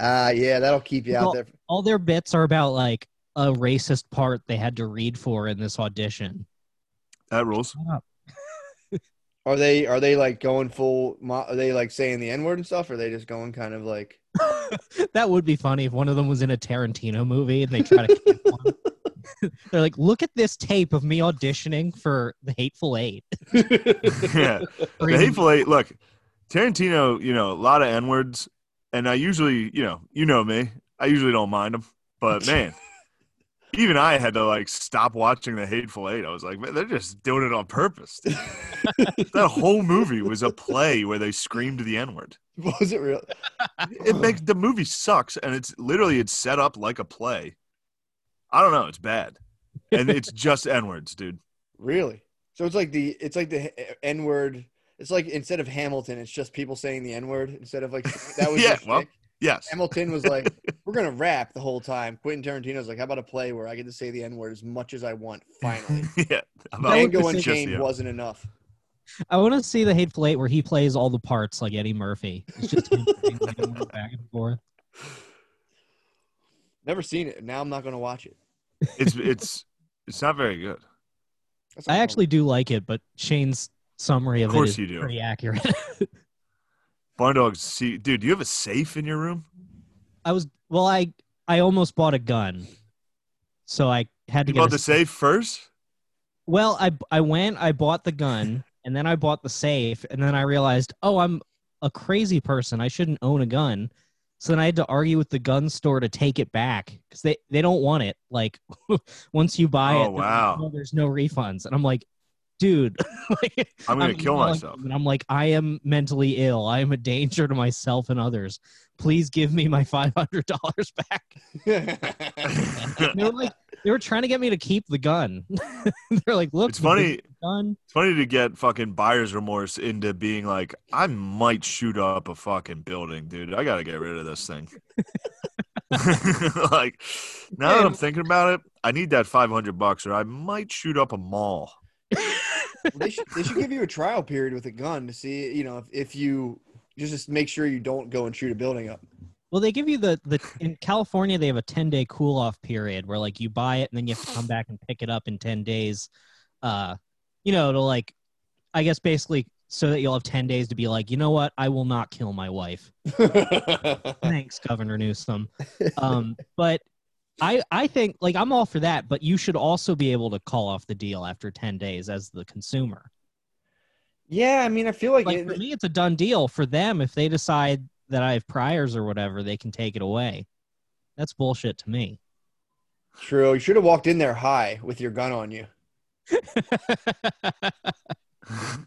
S1: Ah, yeah, that'll keep you
S2: Well-
S1: out there.
S2: all their bits are about like a racist part they had to read for in this audition.
S3: That rules.
S1: Are they are they like going full? Mo- are they like saying the n word and stuff? Or are they just going kind of like?
S2: That would be funny if one of them was in a Tarantino movie and they try to. cancel him. They're like, look at this tape of me auditioning for The Hateful Eight.
S3: yeah. The Hateful Eight. Look, Tarantino. You know a lot of n words, and I usually, you know, you know me. I usually don't mind them, but man, even I had to like stop watching The Hateful Eight. I was like, man, they're just doing it on purpose. dude." that whole movie was a play where they screamed the n word.
S1: was it real?
S3: It makes the movie sucks, and it's literally it's set up like a play. I don't know. It's bad, and it's just n words, dude.
S1: Really? So it's like the it's like the n word eh, It's like instead of Hamilton, it's just people saying the N word instead of like that was
S3: Yeah,
S1: your
S3: well.
S1: shtick.
S3: Yes.
S1: Hamilton was like, "We're gonna rap the whole time." Quentin Tarantino's like, "How about a play where I get to say the N word as much as I want?" Finally,
S3: yeah. About
S1: Django
S3: just
S1: Unchained
S3: the-
S1: wasn't enough.
S2: I want to see the Hateful Eight where he plays all the parts like Eddie Murphy. It's just him playing them back and forth.
S1: Never seen it. Now I'm not gonna watch it.
S3: It's it's it's not very good.
S1: That's not
S2: I
S1: a
S2: actually do like it, but Shane's summary of,
S3: Of
S2: it
S3: course
S2: is
S3: you do.
S2: pretty accurate.
S3: Barn dogs. See, dude, do you have a safe in your room?
S2: I was well, I I almost bought a gun, so I had to
S3: You
S2: get.
S3: bought
S2: a-
S3: the safe first.
S2: well, I I went, I bought the gun, and then I bought the safe, and then I realized, oh, I'm a crazy person. I shouldn't own a gun. So then I had to argue with the gun store to take it back because they, they don't want it. Like once you buy
S3: Oh,
S2: it, they're like,
S3: wow.
S2: "No, there's no refunds, and I'm like, dude, like,
S3: I'm gonna kill
S2: yelling
S3: myself.
S2: at them, And I'm like, I am mentally ill. I am a danger to myself and others. Please give me my five hundred dollars back.
S1: problem.
S2: They were like, they were trying to get me to keep the gun. They're like, look,
S3: It's
S2: the big
S3: funny.
S2: gun.
S3: It's funny to get fucking buyer's remorse into being like, I might shoot up a fucking building, dude. I gotta get rid of this thing. like, now that I'm thinking about it, I need that 500 bucks, or I might shoot up a mall.
S1: they should they should give you a trial period with a gun to see you know if, if you just, just make sure you don't go and shoot a building up.
S2: Well, they give you the the in California they have a ten day cool off period where like you buy it and then you have to come back and pick it up in ten days. Uh, you know, to like, I guess basically so that you'll have ten days to be like, you know what, I will not kill my wife. Thanks, Governor Newsom. Um, but I I think like I'm all for that, but you should also be able to call off the deal after ten days as the consumer.
S1: yeah, I mean, I feel like,
S2: like
S1: it-
S2: for me it's a done deal for them if they decide that i have priors or whatever they can take it away that's bullshit to me
S1: true. You should have walked in there high with your gun on you.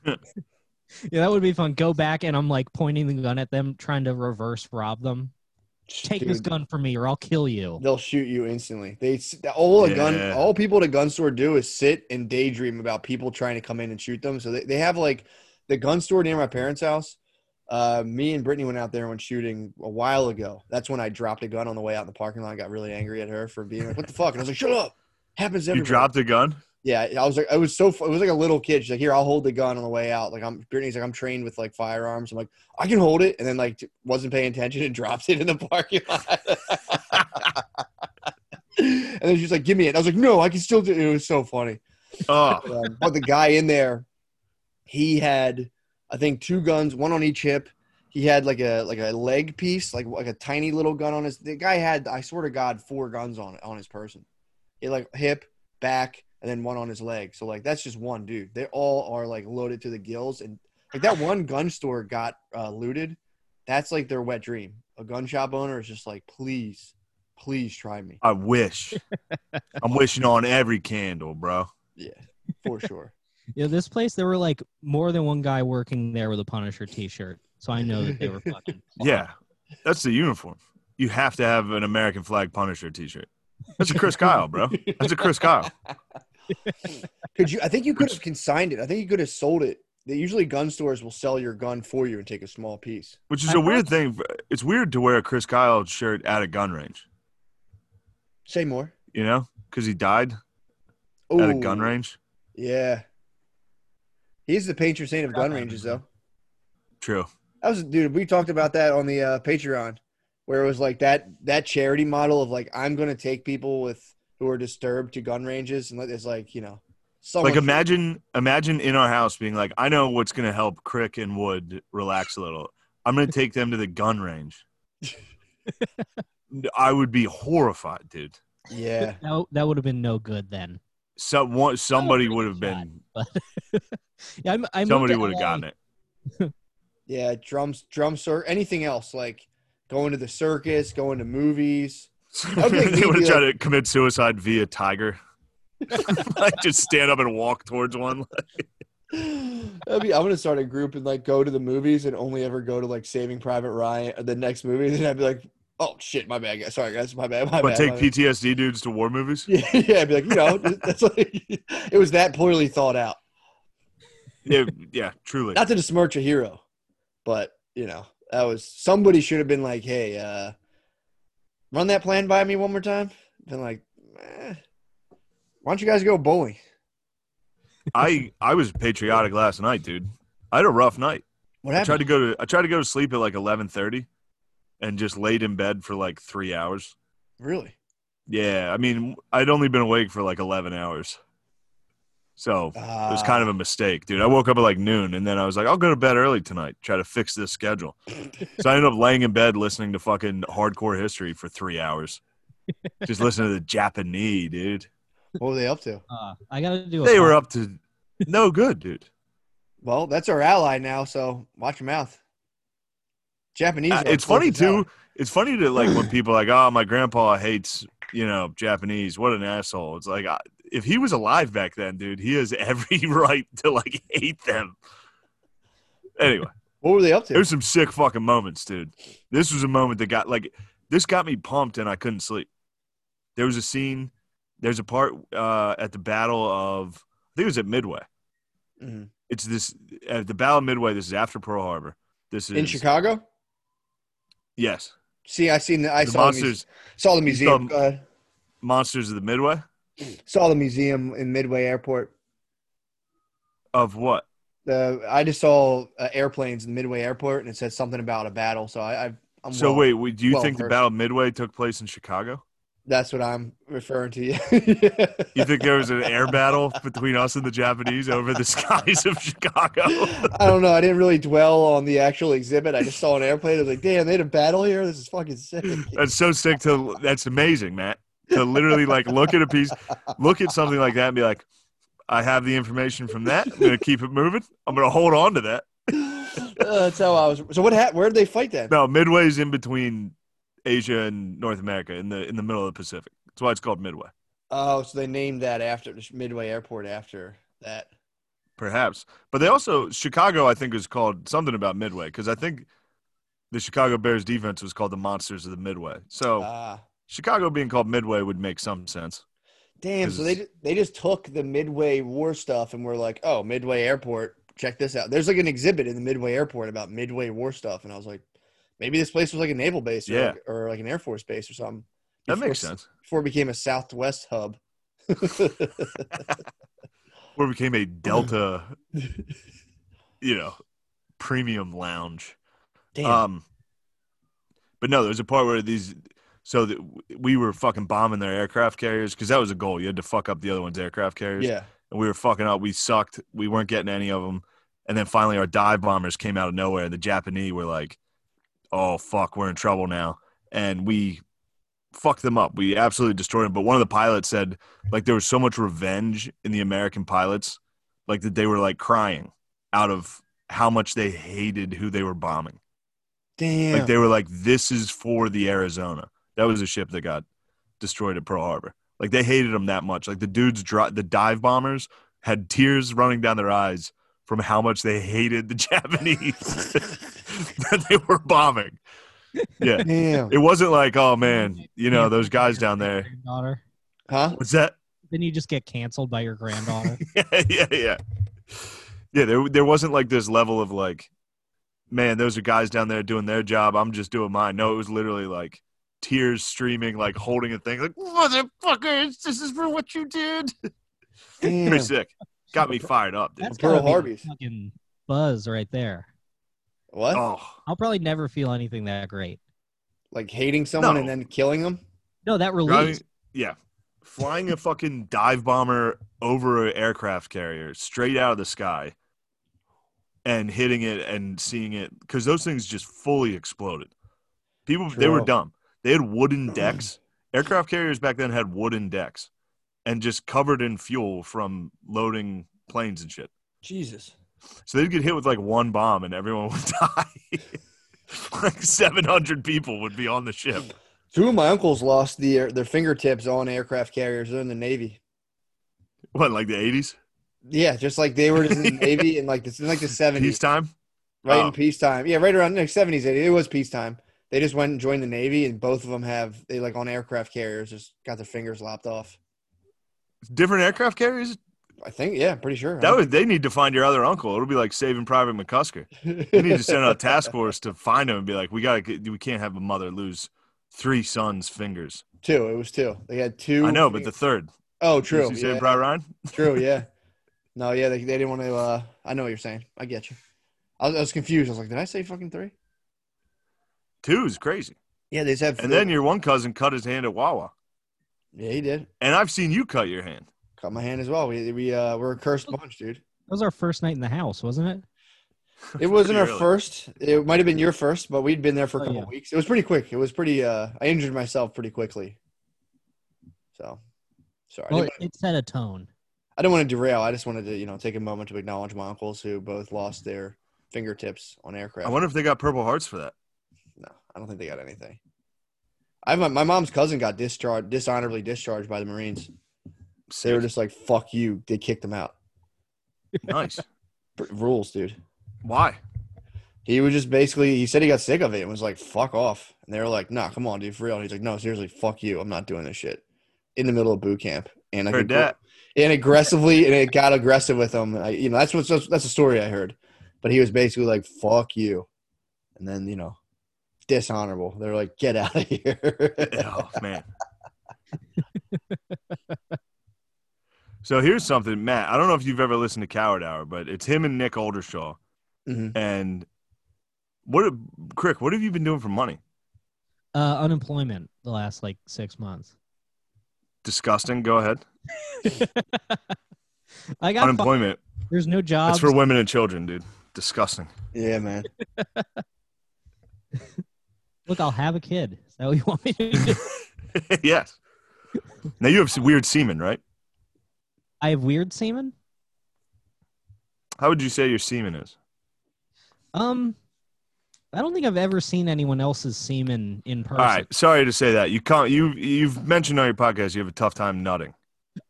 S2: yeah that would be fun go back and i'm like pointing the gun at them trying to reverse rob them take this
S1: Dude,
S2: gun from me or i'll kill you
S1: They'll shoot you instantly. They s- all a gun,
S3: Yeah.
S1: all people at a gun store do is sit and daydream about people trying to come in and shoot them. So they, they have like the gun store near my parents' house. Uh, me and Brittany went out there one shooting a while ago. That's when I dropped a gun on the way out in the parking lot. I got really angry at her for being like, "What the fuck?" And I was like, "Shut up!" Happens
S3: you
S1: everywhere.
S3: dropped a gun?
S1: Yeah, I was like, I was so, fu- it was like a little kid. She's like, here, I'll hold the gun on the way out. Like, I'm, Brittany's like, I'm trained with like firearms. I'm like, I can hold it. And then like, t- wasn't paying attention and dropped it in the parking lot. and then she's like, give me it. I was like, no, I can still do it. It was so funny.
S3: Oh,
S1: But, um, but the guy in there, he had, I think, two guns, one on each hip. He had like a like a leg piece, like like a tiny little gun on his. The guy had, I swear to God, four guns on on his person. He had, like hip, back, and then one on his leg. So like that's just one dude. They all are like loaded to the gills, and like that one gun store got uh, looted. That's like their wet dream. A gun shop owner is just like, please, please try me.
S3: I wish. I'm wishing on every candle, bro.
S1: Yeah, for sure.
S2: you know this place there were like more than one guy working there with a punisher t-shirt so i know that they were fucking
S3: Yeah, that's the uniform. You have to have an American flag Punisher T-shirt. That's a Chris Kyle, bro. That's a Chris Kyle.
S1: Could you? I think you could have consigned it. I think you could have sold it. They usually gun stores will sell your gun for you and take a small piece.
S3: Which is
S2: I
S3: a weird thing. It's weird to wear a Chris Kyle shirt at a gun range,
S1: Say more.
S3: you know, because he died
S1: Oh,
S3: at a gun range.
S1: Yeah. He's the patron saint of gun ranges, though.
S3: True.
S1: That was dude. We talked about that on the uh, Patreon, where it was like that that charity model of like I'm gonna take people with who are disturbed to gun ranges and let it's like you know, someone
S3: Like imagine, imagine in our house being like, I know what's gonna help Crick and Wood relax a little. I'm gonna take them to the gun range. I would be horrified, dude.
S1: Yeah,
S2: no that would have been no good then
S3: So one, somebody
S2: would've
S3: would have
S2: shot.
S3: been,
S2: but yeah, I'm, I moved
S3: somebody
S2: to
S3: would
S2: LA.
S3: have gotten it.
S1: yeah. Drums, drum, sir. Anything else like going to the circus, going to movies. I would think
S3: they
S1: we'd
S3: would
S1: be
S3: have tried to commit suicide via tiger. like just stand up and walk towards one.
S1: That'd be, I'm gonna start a group and like go to the movies and only ever go to like Saving Private Ryan, the next movie, and I'd be like, "Oh shit, my bad, guys. Sorry, guys, my bad, my
S3: But
S1: bad."
S3: take
S1: my bad."
S3: PTSD dudes to war movies.
S1: Yeah, yeah, I'd be like, you know, that's like, it was that poorly thought out.
S3: yeah, yeah, truly.
S1: Not to besmirch a hero, but you know that was somebody should have been like, "Hey, uh, run that plan by me one more time." Been like, eh, "Why don't you guys go bowling?"
S3: I I was patriotic last night, dude. I had a rough night.
S1: What
S3: I tried
S1: happened?
S3: to go to I tried to go to sleep at like eleven thirty, and just laid in bed for like three hours.
S1: really?
S3: Yeah, I mean, I'd only been awake for like eleven hours, so it
S1: Uh,
S3: was kind of a mistake, dude. I woke up at like noon, and then I was like, I'll go to bed early tonight, try to fix this schedule. so I ended up laying in bed listening to fucking hardcore history for three hours, just listening to the Japanese, dude.
S1: What were they up to?
S2: Uh, I gotta do. A
S3: They were up to no good, dude.
S1: Well, that's our ally now, so watch your mouth. Japanese.
S3: Uh,
S1: are
S3: it's
S1: close
S3: funny
S1: as hell.
S3: too. It's funny to like when people are like, oh, my grandpa hates you know Japanese. What an asshole! It's like I, if he was alive back then, dude, he has every right to like hate them. Anyway,
S1: What were they up to?
S3: there's some sick fucking moments, dude. This was a moment that got like this got me pumped and I couldn't sleep. There was a scene. There's a part uh, at the Battle of I think it was at Midway.
S1: Mhm.
S3: It's this at the Battle of Midway. This is after Pearl Harbor. This is
S1: In Chicago?
S3: Yes,
S1: See, I seen the I
S3: the
S1: saw the,
S3: monsters.
S1: muse- saw the museum.
S3: Um,
S1: Go ahead.
S3: Monsters of the Midway
S1: saw the museum in Midway Airport.
S3: of what?
S1: The I just saw uh, airplanes in Midway Airport, and it said something about a battle. So I, I I'm
S3: so
S1: Um, well-
S3: wait, wait, do you
S1: well
S3: think the
S1: versed.
S3: Battle of Midway took place in Chicago?
S1: that's what I'm referring to. yeah.
S3: You think there was an air battle between us and the Japanese over the skies of Chicago?
S1: I don't know. I didn't really dwell on the actual exhibit. I just saw an airplane. I was like, damn, they had a battle here. This is fucking sick.
S3: That's so sick. To that's amazing, Matt. To literally like look at a piece, look at something like that, and be like, I have the information from that. I'm gonna keep it moving. I'm gonna hold on to that.
S1: Uh, that's how I was. So what? hap Where did they fight then?
S3: No, Midway's in between Asia and North America in the in the middle of the Pacific. That's why it's called Midway.
S1: Oh, so they named that after just Midway Airport after that.
S3: Perhaps. But they also Chicago I think is called something about Midway because I think the Chicago Bears defense was called the Monsters of the Midway. So
S1: Ah,
S3: Chicago being called Midway would make some sense.
S1: damn. So they ju- they just took the Midway War stuff and were like, oh, Midway Airport. Check this out. There's like an exhibit in the Midway Airport about Midway War stuff, and I was like, maybe this place was like a naval base, or,
S3: Yeah.
S1: like, or like an Air Force base or something.
S3: That
S1: Before
S3: makes
S1: s-
S3: sense.
S1: Before it became a Southwest hub.
S3: Or became a Delta, you know, premium lounge.
S1: Damn.
S3: Um, but no, there's a part where these, so that we were fucking bombing their aircraft carriers because that was a goal. You had to fuck up the other one's aircraft carriers.
S1: yeah.
S3: and we were fucking up. We sucked. We weren't getting any of them. And then finally, our dive bombers came out of nowhere. The Japanese were like, "Oh fuck, we're in trouble now," and we fucked them up. We absolutely destroyed them. But one of the pilots said, like, there was so much revenge in the American pilots, like that they were like crying out of how much they hated who they were bombing.
S1: Damn.
S3: Like they were like, "This is for the Arizona." That was a ship that got destroyed at Pearl Harbor. Like they hated them that much. Like the dudes, dri- the dive bombers, had tears running down their eyes from how much they hated the Japanese that they were bombing. Yeah,
S1: Damn.
S3: it wasn't like, "Oh man, you know those guys down there."
S2: Granddaughter.
S1: Huh?
S3: What's that?
S2: Then you just get canceled by your granddaughter.
S3: yeah, yeah, yeah. Yeah, there there wasn't like this level of like, man, those are guys down there doing their job. I'm just doing mine. No, it was literally like tears streaming, like holding a thing, like motherfuckers, this is for what you did.
S1: Damn.
S3: Pretty sick. Got me fired up, dude.
S2: That's
S1: Pearl
S2: gotta be a
S1: Harbor's.
S2: Fucking buzz right there.
S1: What?
S3: Oh,
S2: I'll probably never feel anything that great.
S1: Like hating someone
S3: No.
S1: and then killing them?
S2: No, that
S3: driving,
S2: release.
S3: yeah, flying a fucking dive bomber over an aircraft carrier straight out of the sky, and hitting it and seeing it because those things just fully exploded. People, they were
S1: True.
S3: dumb. They had wooden decks. aircraft carriers back then had wooden decks, and just covered in fuel from loading planes and shit.
S1: Jesus.
S3: So they'd get hit with like one bomb, and everyone would die. like seven hundred people would be on the ship.
S1: Two of my uncles lost the, their fingertips on aircraft carriers. They're in the Navy.
S3: What, like the eighties?
S1: Yeah, just like they were just in the Navy in like this in like the seventies,
S3: Peacetime.
S1: right
S3: oh.
S1: in peacetime. Yeah, right around like seventies. It was peacetime. They just went and joined the Navy, and both of them have they like on aircraft carriers just got their fingers lopped off.
S3: different aircraft carriers
S1: I think, yeah, I'm pretty sure.
S3: That was they need to find your other uncle. It'll be like Saving Private McCusker. They need to send out a task force to find him and be like, we got to, we can't have a mother lose three sons' fingers.
S1: two. It was two. They had two.
S3: I know, but the third.
S1: oh,
S3: You
S1: true,
S3: see
S1: yeah,
S3: Saving Private Ryan.
S1: true, yeah. No, yeah, they, they didn't want to. Uh, I know what you're saying. I get you. I was, I was confused. I was like, did I say fucking three?
S3: Two is crazy.
S1: Yeah, they said.
S3: And then your one cousin cut his hand at Wawa.
S1: yeah, he did.
S3: And I've seen you cut your hand.
S1: Cut my hand as well. We we uh, we're a cursed bunch, dude.
S2: That was our first night in the house, wasn't it?
S1: It wasn't our
S3: Really?
S1: first. It might have been your first, but we'd been there for a
S2: Oh,
S1: couple
S2: yeah.
S1: weeks. It was pretty quick. It was pretty. Uh, I injured myself pretty quickly. So, sorry. I,
S2: Well,
S1: didn't,
S2: it set a tone.
S1: I didn't want to derail. I just wanted to, you know, take a moment to acknowledge my uncles who both lost their fingertips on aircraft.
S3: I wonder if they got Purple Hearts for that.
S1: no, I don't think they got anything. I my, my mom's cousin got discharged, dishonorably discharged by the Marines. They were just like, "Fuck you!" They kicked him out.
S3: nice.
S1: Pr- Rules, dude.
S3: Why?
S1: he was just basically he said he got sick of it and was like fuck off and they were like nah come on dude for real and he's like no seriously fuck you i'm not doing this shit in the middle of boot camp and I
S3: Heard that.
S1: and aggressively and it got aggressive with him I, you know that's what's that's, that's a story i heard but he was basically like fuck you and then you know dishonorable they're like get out of here
S3: oh man. so here's something, Matt. I don't know if you've ever listened to Coward Hour, but it's him and Nick Oldershaw.
S1: Mhm.
S3: And what, Crick? What have you been doing for money?
S2: Uh, unemployment the last like six months.
S3: Disgusting. Go ahead.
S2: I got fired.
S3: Unemployment.
S2: There's no
S3: That's
S2: jobs.
S3: for women and children, dude. Disgusting.
S1: yeah man
S2: Look, I'll have a kid. Is that what you want me to do?
S3: yes. Now you have weird semen, right?
S2: I have weird semen.
S3: How would you say your semen is?
S2: Um, I don't think I've ever seen anyone else's semen in person.
S3: All right. Sorry to say that. You can't. You you've mentioned on your podcast you have a tough time nutting.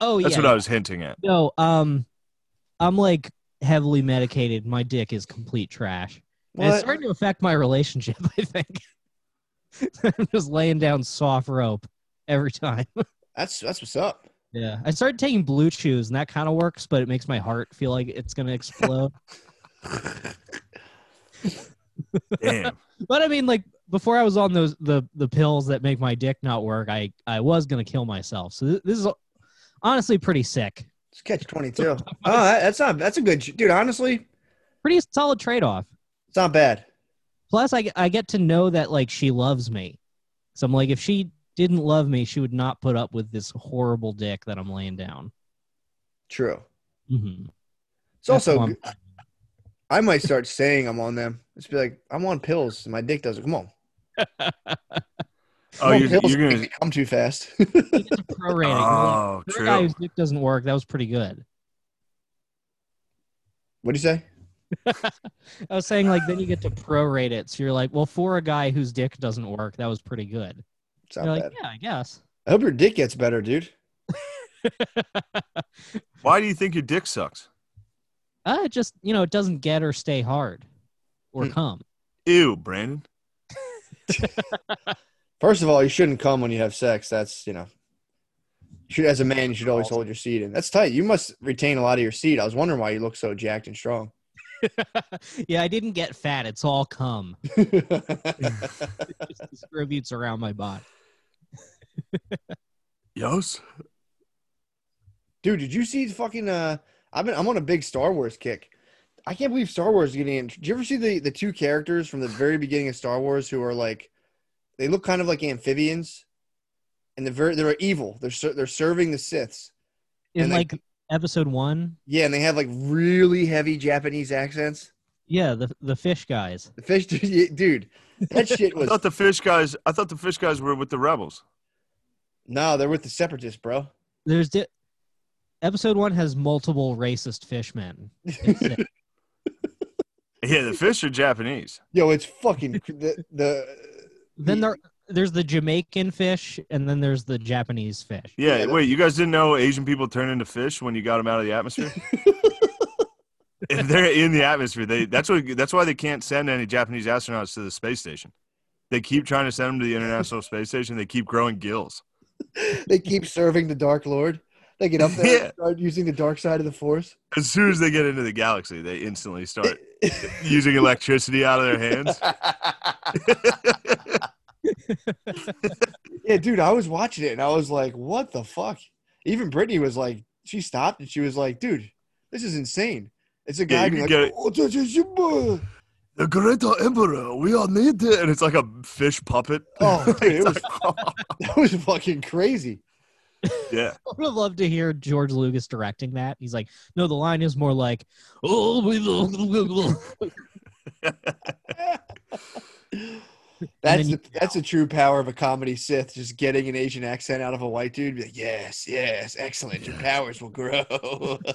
S2: Oh yeah.
S3: That's what I was hinting at.
S2: No, um, I'm like heavily medicated. My dick is complete trash. And it's
S1: what?
S2: starting to affect my relationship. I think I'm just laying down soft rope every time.
S1: that's that's what's up
S2: Yeah, I started taking blue chews, and that kind of works, but it makes my heart feel like it's gonna explode.
S3: Damn.
S2: but I mean, like before I was on those the the pills that make my dick not work, I I was gonna kill myself. So th- this is honestly pretty sick,
S1: it's catch 22 oh that- that's not that's a good dude honestly
S2: pretty solid trade off.
S1: it's not bad
S2: Plus, I I get to know that like she loves me. So I'm like, if she didn't love me, she would not put up with this horrible dick that I'm laying down.
S1: true
S2: Mm-hmm.
S1: it's also g- I might start saying I'm on them. Just be like, I'm on pills. And my dick doesn't. Come on.
S3: Oh,
S1: I'm on
S3: you're,
S1: pills.
S3: you're gonna.
S1: They come too fast.
S2: prorating.
S1: Ah,
S3: Oh,
S2: For a guy
S3: true.
S2: whose dick doesn't work, that was pretty good.
S1: what do you say?
S2: I was saying like then you get to prorate it, so you're like, well, for a guy whose dick doesn't work, that was pretty good.
S1: It's not
S2: you're like,
S1: bad.
S2: yeah, I guess.
S1: I hope your dick gets better, dude.
S3: Why do you think your dick sucks?
S2: Uh, it just you know, it doesn't get or stay hard or
S1: Hmm.
S2: come.
S3: Ew, Brandon.
S1: First of all, you shouldn't come when you have sex. That's you know. You should, as a man, you should always hold your seed in. That's tight. You must retain a lot of your seed. I was wondering why you look so jacked and strong.
S2: yeah, I didn't get fat. It's all cum.
S1: That's
S2: It just distributes around my body.
S3: Yes.
S1: Dude, did you see the fucking? Uh, I've been. I'm on a big Star Wars kick. I can't believe Star Wars is getting. In. Did you ever see the the two characters from the very beginning of Star Wars who are like, they look kind of like amphibians, and they're very they're evil. They're ser- they're serving the Siths.
S2: In
S1: And they-
S2: like episode one,
S1: Yeah, and they have like really heavy Japanese accents.
S2: yeah, the the fish guys.
S1: The fish, dude, yeah, dude that shit
S3: I
S1: was.
S3: thought the fish guys. I thought the fish guys were with the rebels.
S1: No, they're with the Separatists, bro.
S2: There's di- episode one has multiple racist fishmen. It's sick.
S3: Yeah, the fish are Japanese.
S1: Yo, it's fucking cr- the the.
S2: then there there's the Jamaican fish, and then there's the Japanese fish.
S3: Yeah.
S1: Yeah, that-
S3: wait, you guys didn't know Asian people turn into fish when you got them out of the atmosphere? if they're in the atmosphere, they that's what that's why they can't send any Japanese astronauts to the space station. They keep trying to send them to the International Space Station. They keep growing gills.
S1: they keep serving the Dark Lord. They get up there
S3: Yeah.
S1: and start using the dark side of the force.
S3: As soon as they get into the galaxy, they instantly start using electricity out of their hands.
S1: yeah, dude, I was watching it and I was like, what the fuck? Even Brittany was like, she stopped and she was like, dude, this is insane. It's a
S3: Yeah,
S1: guy
S3: you
S1: being
S3: could
S1: like,
S3: get-
S1: oh, this is your boy."
S3: the great emperor, we all need it. And it's like a fish puppet.
S1: Oh, dude, it was,
S3: It's like,
S1: that was fucking crazy.
S3: yeah.
S2: I would have loved to hear George Lucas directing that. He's like, no, the line is more like, oh, we
S1: That's
S2: you-
S1: the, that's the true power of a comedy Sith. Just getting an Asian accent out of a white dude, be like, yes, yes, excellent. Your powers will grow.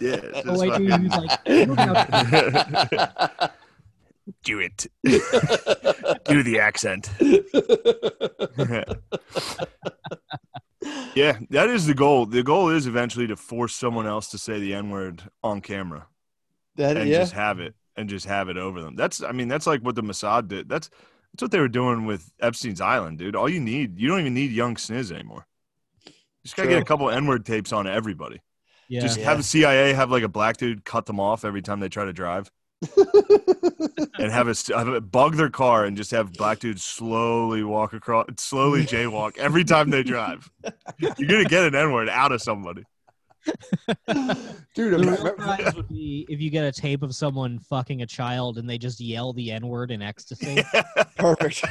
S3: Yeah. it's
S1: Oh,
S2: the white
S3: fucking-
S2: dude who's like, look out,
S3: Do it. Do the accent. yeah, that is the goal. The goal is eventually to force someone else to say the N word on camera
S1: that,
S3: and
S1: Uh, yeah,
S3: just have it and just have it over them. That's, I mean, that's like what the Mossad did. That's, that's what they were doing with Epstein's Island, dude. All you need, you don't even need young sniz anymore. You just gotta
S1: True.
S3: get a couple N word tapes on everybody.
S2: yeah.
S3: Just
S1: Yeah.
S3: have the CIA have like a black dude cut them off every time they try to drive, and have a, s- have a bug their car and just have black dudes slowly walk across, slowly jaywalk every time they drive. You're gonna get an N word out of somebody.
S1: dude.
S2: the
S1: I'm-
S2: real
S1: remember-
S2: prize would be if you get a tape of someone fucking a child and they just yell the N word in ecstasy.
S1: perfect.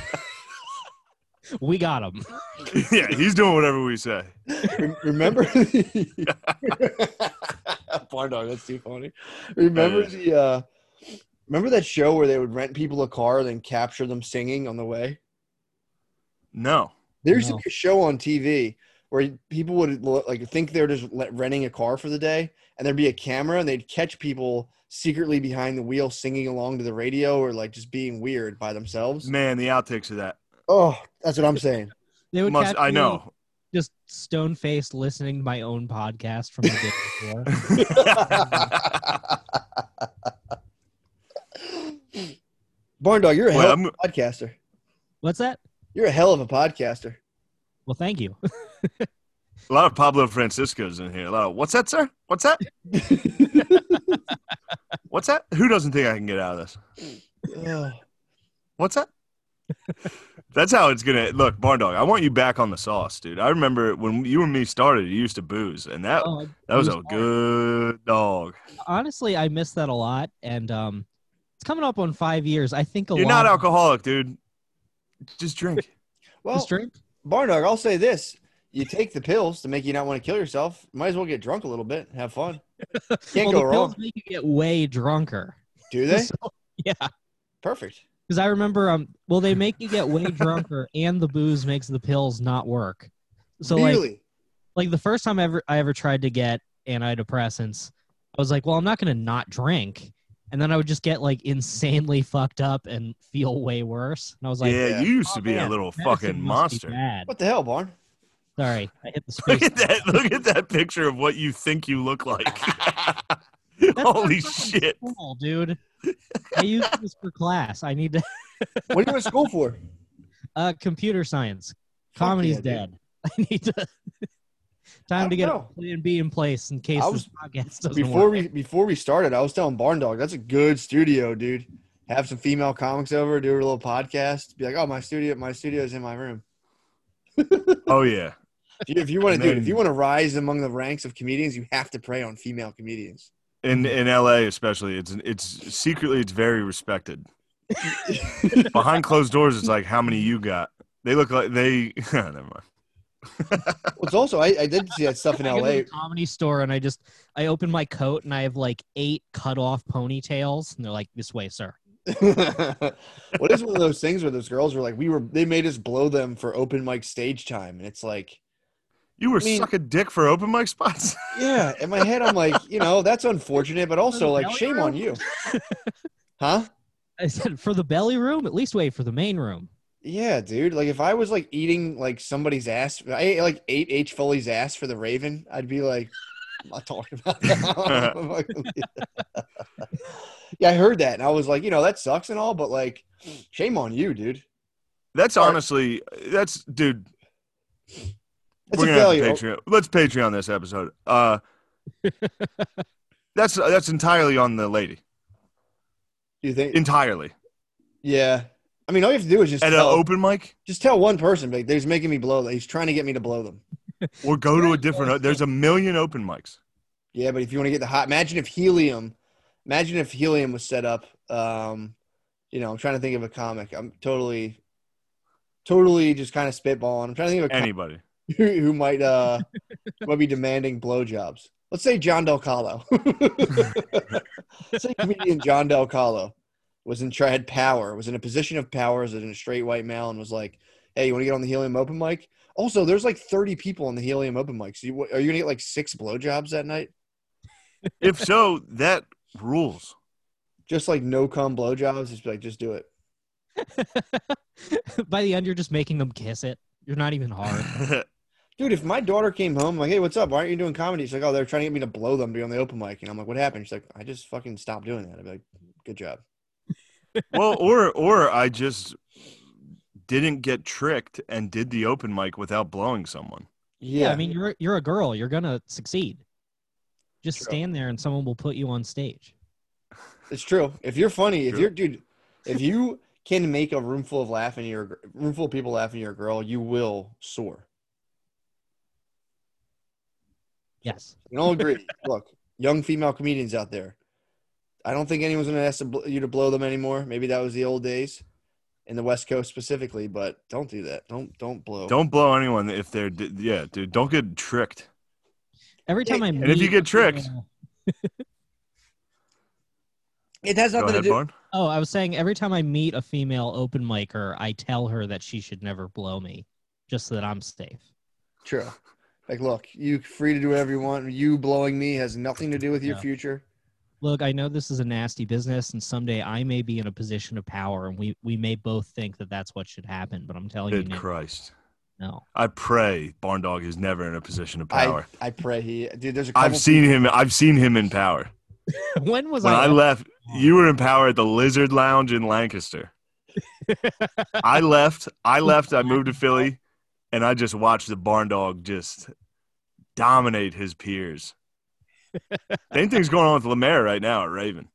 S2: we got him.
S3: yeah, he's doing whatever we say.
S1: Rem- Remember, the- pardon, that's too funny. Remember
S3: is.
S1: the uh, remember that show where they would rent people a car and then capture them singing on the way.
S3: No,
S1: There used
S2: No.
S1: to be a show on TV where people would like think they're just le- renting a car for the day, and there'd be a camera, and they'd catch people secretly behind the wheel singing along to the radio or like just being weird by themselves.
S3: man, the outtakes of that.
S1: Oh, that's what I'm saying.
S2: They would
S3: Must,
S2: catch
S3: I
S2: me
S3: know.
S2: Just stone faced listening to my own podcast from the day before.
S1: Barn dog, you're a
S3: Well,
S1: hell of
S3: I'm-
S1: a podcaster.
S2: What's that?
S1: You're a hell of a podcaster.
S2: Well, thank you.
S3: a lot of Pablo Francisco's in here. A lot of what's that, sir? What's that? What's that? Who doesn't think I can get out of this?
S1: Ugh.
S3: What's that? That's how it's gonna look, Barn Dog. I want you back on the sauce, dude. I remember when you and me started, you used to booze, and that
S2: Oh,
S3: that was
S2: booze
S3: a
S2: hard.
S3: good dog.
S2: honestly, I miss that a lot, and um, it's coming up on five years. I think a
S3: You're
S2: lot.
S3: not alcoholic, dude. Just drink.
S1: Well,
S2: drink.
S1: Barn dog, I'll say this. You take the pills to make you not want to kill yourself. Might as well get drunk a little bit. Have fun. Can't
S2: well,
S1: go
S2: the
S1: wrong.
S2: pills make you get way drunker.
S1: Do they?
S2: So- yeah,
S1: Perfect.
S2: because I remember. Um, well, they make you get way drunker, and the booze makes the pills not work. So like,
S1: really?
S2: like the first time ever I ever tried to get antidepressants, I was like, well, I'm not gonna not drink, and then I would just get like insanely fucked up and feel way worse. And I was like,
S3: yeah,
S1: yeah.
S3: you used
S2: "Oh,
S3: to be a
S2: man,
S3: little
S2: medicine
S3: fucking
S2: must be
S3: monster.
S2: bad."
S1: what the hell, Barn?
S2: Sorry, I hit the space.
S3: Look at that! Look at that picture of what you think you look like.
S2: That's not
S3: Holy
S2: fucking
S3: shit!
S2: cool, dude. I use this for class. I need to
S1: What do you go to school for?
S2: uh computer science. Comedy's
S1: yeah, dude.
S2: dead. I need to
S1: I
S2: time
S1: don't
S2: to get
S1: know.
S2: a plan B in place in case
S1: I
S2: this podcast doesn't
S1: Before
S2: work.
S1: we before we started, I was telling Barn Dog that's a good studio, dude. Have some female comics over, do a little podcast. Be like, oh, my studio, my studio's in my room.
S3: Oh yeah,
S1: If you, if you want to
S3: And
S1: do, it, if
S3: then-
S1: you want to rise among the ranks of comedians, you have to prey on female comedians.
S3: in in L.A. especially, it's it's secretly it's very respected. Behind closed doors, it's like how many you got. They look like they. never mind.
S1: Well, it's also I, I did see that stuff in
S2: I go to
S1: L.A.
S2: the comedy store and I just I open my coat and I have like eight cut off ponytails and they're like, This way, sir.
S1: what is one of those things where those girls were like, we were they made us blow them for open mic stage time, and it's like,
S3: You were
S1: I mean-
S3: sucking dick for open mic spots.
S1: yeah. In my head, I'm like, you know, that's unfortunate, but also like,
S2: Belly
S1: shame
S2: room?
S1: on you, huh?
S2: I said for the belly room, at least wait for the main room.
S1: Yeah, dude. Like if I was like eating like somebody's ass, I ate, like ate H Foley's ass for the Raven, I'd be like, I'm not talking about that. I'm not gonna eat that. yeah, I heard that, and I was like, you know, that sucks and all, but like, shame on you, dude.
S3: That's
S1: Sorry.
S3: honestly, that's dude.
S1: It's
S3: We're
S1: a
S3: gonna have to
S1: failure.
S3: Patreon. Let's Patreon this episode. Uh, that's that's entirely on the lady.
S1: Do you think?
S3: Entirely
S1: yeah. I mean, all you have to do is just
S3: at an
S1: tell,
S3: open mic
S1: just tell one person. Like, there's making me blow. Like, he's trying to get me to blow them.
S3: or go to a different. There's a million open mics.
S1: Yeah, but if you want to get the hot, imagine if helium, imagine if helium was set up. Um, you know, I'm trying to think of a comic. I'm totally, totally just kind of spitballing. I'm trying to think of a comic
S3: Anybody?
S1: who, who might uh might be demanding blowjobs. Let's say John Del Callo. Let's say comedian John Del Callo was in had power, was in a position of power as a straight white male, and was like, "Hey, you want to get on the Helium Open mic?" Also, there's like 30 people on the Helium Open mic. So, you, are you gonna get like six blowjobs that night?
S3: If so, that rules.
S1: Just like no cum blowjobs. Just be like, just do it.
S2: By the end, you're just making them kiss it. You're not even hard.
S1: Dude, if my daughter came home, like, hey, what's up? Why aren't you doing comedy? She's like, oh, they're trying to get me to blow them, to be on the open mic. And I'm like, what happened? She's like, I just fucking stopped doing that. I'd be like, good job.
S3: well, or or I just didn't get tricked and did the open mic without blowing someone.
S2: yeah, I mean, you're you're a girl. You're gonna succeed. Just
S1: True.
S2: stand there, and someone will put you on stage.
S1: It's true. If you're funny, if
S3: True.
S1: you're dude, if you can make a room full of laugh and you're a gr- room full of people laughing, you're a girl, you will soar.
S2: Yes.
S1: We can all agree. Look, young female comedians out there, I don't think anyone's gonna ask to bl- you to blow them anymore. Maybe that was the old days, in the West Coast specifically. But don't do that. Don't don't blow.
S3: Don't blow anyone if they're d- yeah, dude. Don't get tricked.
S2: Every time I
S1: And
S2: meet,
S3: if you get tricked-
S2: uh,
S1: It has
S3: Go
S1: nothing to
S3: ahead,
S1: do.
S3: Barn.
S2: oh, I was saying every time I meet a female open micer, I tell her that she should never blow me, just so that I'm safe.
S1: True. Like, look, you free to do whatever you want. You blowing me has nothing to do with your
S2: Yeah.
S1: future.
S2: Look, I know this is a nasty business, and someday I may be in a position of power, and we we may both think that that's what should happen. But I'm telling
S3: Good
S2: you,
S3: Christ.
S2: no.
S3: I pray Barn Dog is never in a position of
S1: I,
S3: power.
S1: I pray he dude. There's a couple
S3: I've seen him. I've seen him in power.
S2: when was "Oh."
S3: When
S2: I?
S3: I left, you were in power at the Lizard Lounge in Lancaster. I left. I left. I moved to Philly, and I just watched the Barn Dog just dominate his peers. Same thing's going on with Lemaire right now at Raven.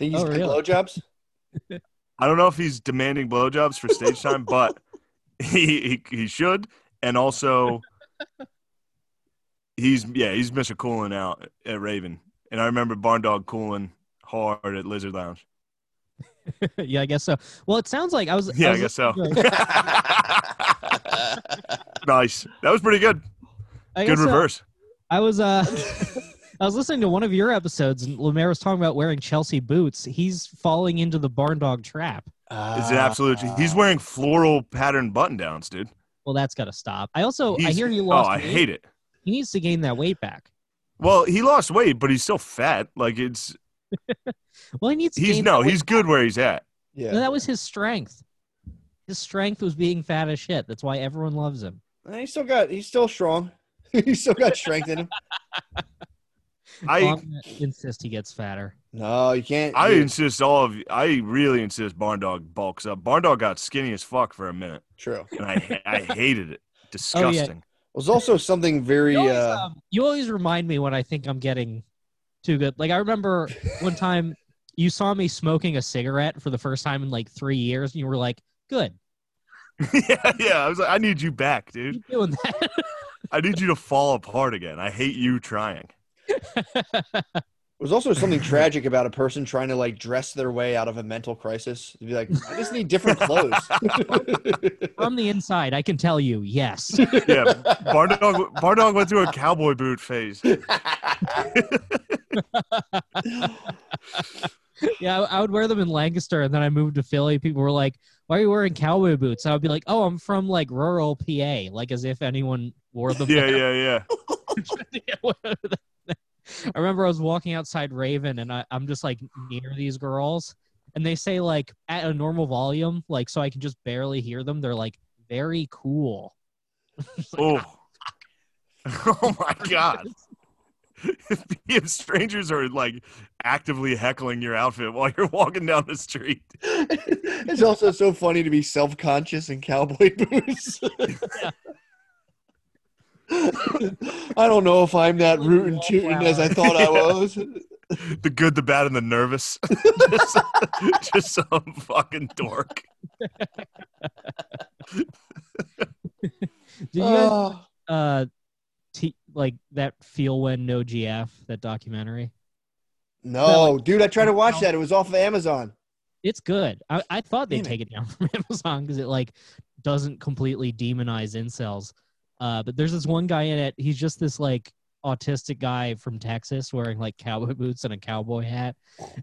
S1: Think he's
S2: Oh,
S1: getting
S2: really?
S1: blowjobs?
S3: I don't know if he's demanding blowjobs for stage time, but he, he he should. And also, he's yeah he's Mr. Cooling out at Raven. And I remember Barn Dog cooling hard at Lizard Lounge.
S2: yeah, I guess so. Well, it sounds like I was.
S3: Yeah, I
S2: was
S3: guess so.
S2: listening to-
S3: nice. That was pretty good.
S2: I
S3: Good
S2: guess so.
S3: reverse.
S2: I was uh, I was listening to one of your episodes, and Lemaire was talking about wearing Chelsea boots. He's falling into the barn dog trap.
S3: It's an absolute.
S1: Ah.
S3: He's wearing floral pattern button downs, dude.
S2: Well, that's got to stop. I also I
S3: He's-
S2: hear he
S3: Oh,
S2: lost.
S3: I
S2: weight.
S3: hate it.
S2: He needs to gain that weight back.
S3: Well, he lost weight, but he's still fat. Like it's
S2: Well, he needs. To
S3: he's
S2: gain
S3: no,
S2: that weight
S3: he's good where he's at.
S1: Yeah.
S2: back. No, that was his strength. His strength was being fat as shit. That's why everyone loves him.
S1: Eh, He's still got. He's still strong. he's still got strength in him.
S3: I
S2: Well, I'm gonna insist he gets fatter.
S1: No, you can't.
S3: I
S1: dude.
S3: insist all of I really insist Barn Dog bulks up. Barn Dog got skinny as fuck for a minute,
S1: True.
S3: and I ha- I hated
S2: Oh,
S3: it. Disgusting.
S1: There's also something very.
S2: You always,
S1: Uh,
S2: um, you always remind me when I think I'm getting too good. Like I remember one time you saw me smoking a cigarette for the first time in like three years, and you were like, "Good,
S3: yeah. yeah, I was like, I need you back, dude.
S2: keep doing that."
S3: I need you to fall apart again. I hate you trying.
S1: there's also something tragic about a person trying to like dress their way out of a mental crisis. To be like, I just need different clothes.
S2: From the inside, I can tell you, yes.
S3: Yeah, Barn Dog Barn Dog went through a cowboy boot phase.
S2: yeah, I, I would wear them in Lancaster, and then I moved to Philly. People were like, "Why are you wearing cowboy boots?" I would be like, "Oh, I'm from like rural PA," like as if anyone wore them.
S3: Yeah, yeah, yeah.
S2: Yeah, whatever the- I remember I was walking outside Raven and I, I'm just like near these girls and they say like at a normal volume, like so I can just barely hear them. They're like very cool.
S3: Oh. Oh my god. If strangers are like actively heckling your outfit while you're walking down the street.
S1: it's also so funny to be self-conscious in cowboy boots. I don't know if I'm that root and tootin' as I thought I was.
S3: the good, the bad, and the nervous. just, just some fucking dork.
S2: Do you guys,
S1: Oh,
S2: uh, t- like that feel when no GF that documentary?
S1: no, dude, I tried to watch that. It was off of Amazon.
S2: It's good. I, I thought they'd
S1: Damn it.
S2: take it down from Amazon because it like doesn't completely demonize incels. Uh, but there's this one guy in it. He's just this like autistic guy from Texas wearing like cowboy boots and a cowboy hat,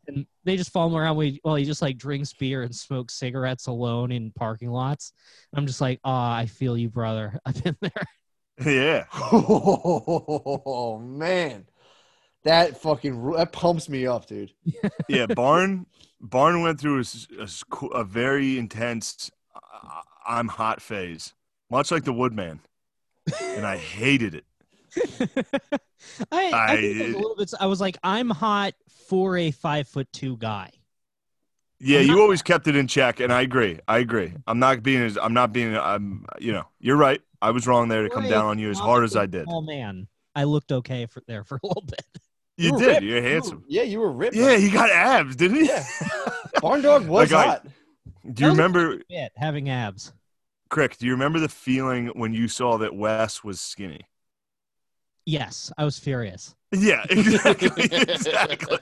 S2: and they just follow him around. We well, he just like drinks beer and smokes cigarettes alone in parking lots. And I'm just like, ah, I feel you, brother. I've been there.
S3: Yeah.
S1: Oh man, that fucking ru- that pumps me up, dude.
S3: yeah, Barn Barn went through a, s- a s- qu- a very intense uh, "I'm hot" phase, much like the Woodman, and I hated it.
S2: I, I, think it was
S3: I-
S2: a little bit. I was like, I'm hot for a five foot two guy.
S3: Yeah,
S2: I'm
S3: you
S2: not-
S3: always kept it in check, and I agree. I agree. I'm not being as I'm not being. I'm you know you're right. I was wrong there to come
S2: Right.
S3: down on you as hard as I did.
S2: Oh man, I looked okay for there for a little bit.
S3: You
S1: were
S3: did.
S1: ripped.
S3: You're
S1: You were-
S3: handsome.
S1: yeah, you were ripped.
S3: Yeah, he got abs, didn't he?
S1: Yeah. Barn Dog was
S3: Like I-
S1: hot.
S3: Do
S2: That
S3: you
S2: was a-
S3: remember,
S2: Bit having abs.
S3: Crick? Do you remember the feeling when you saw that Wes was skinny?
S2: Yes, I was furious.
S3: Yeah, exactly. exactly.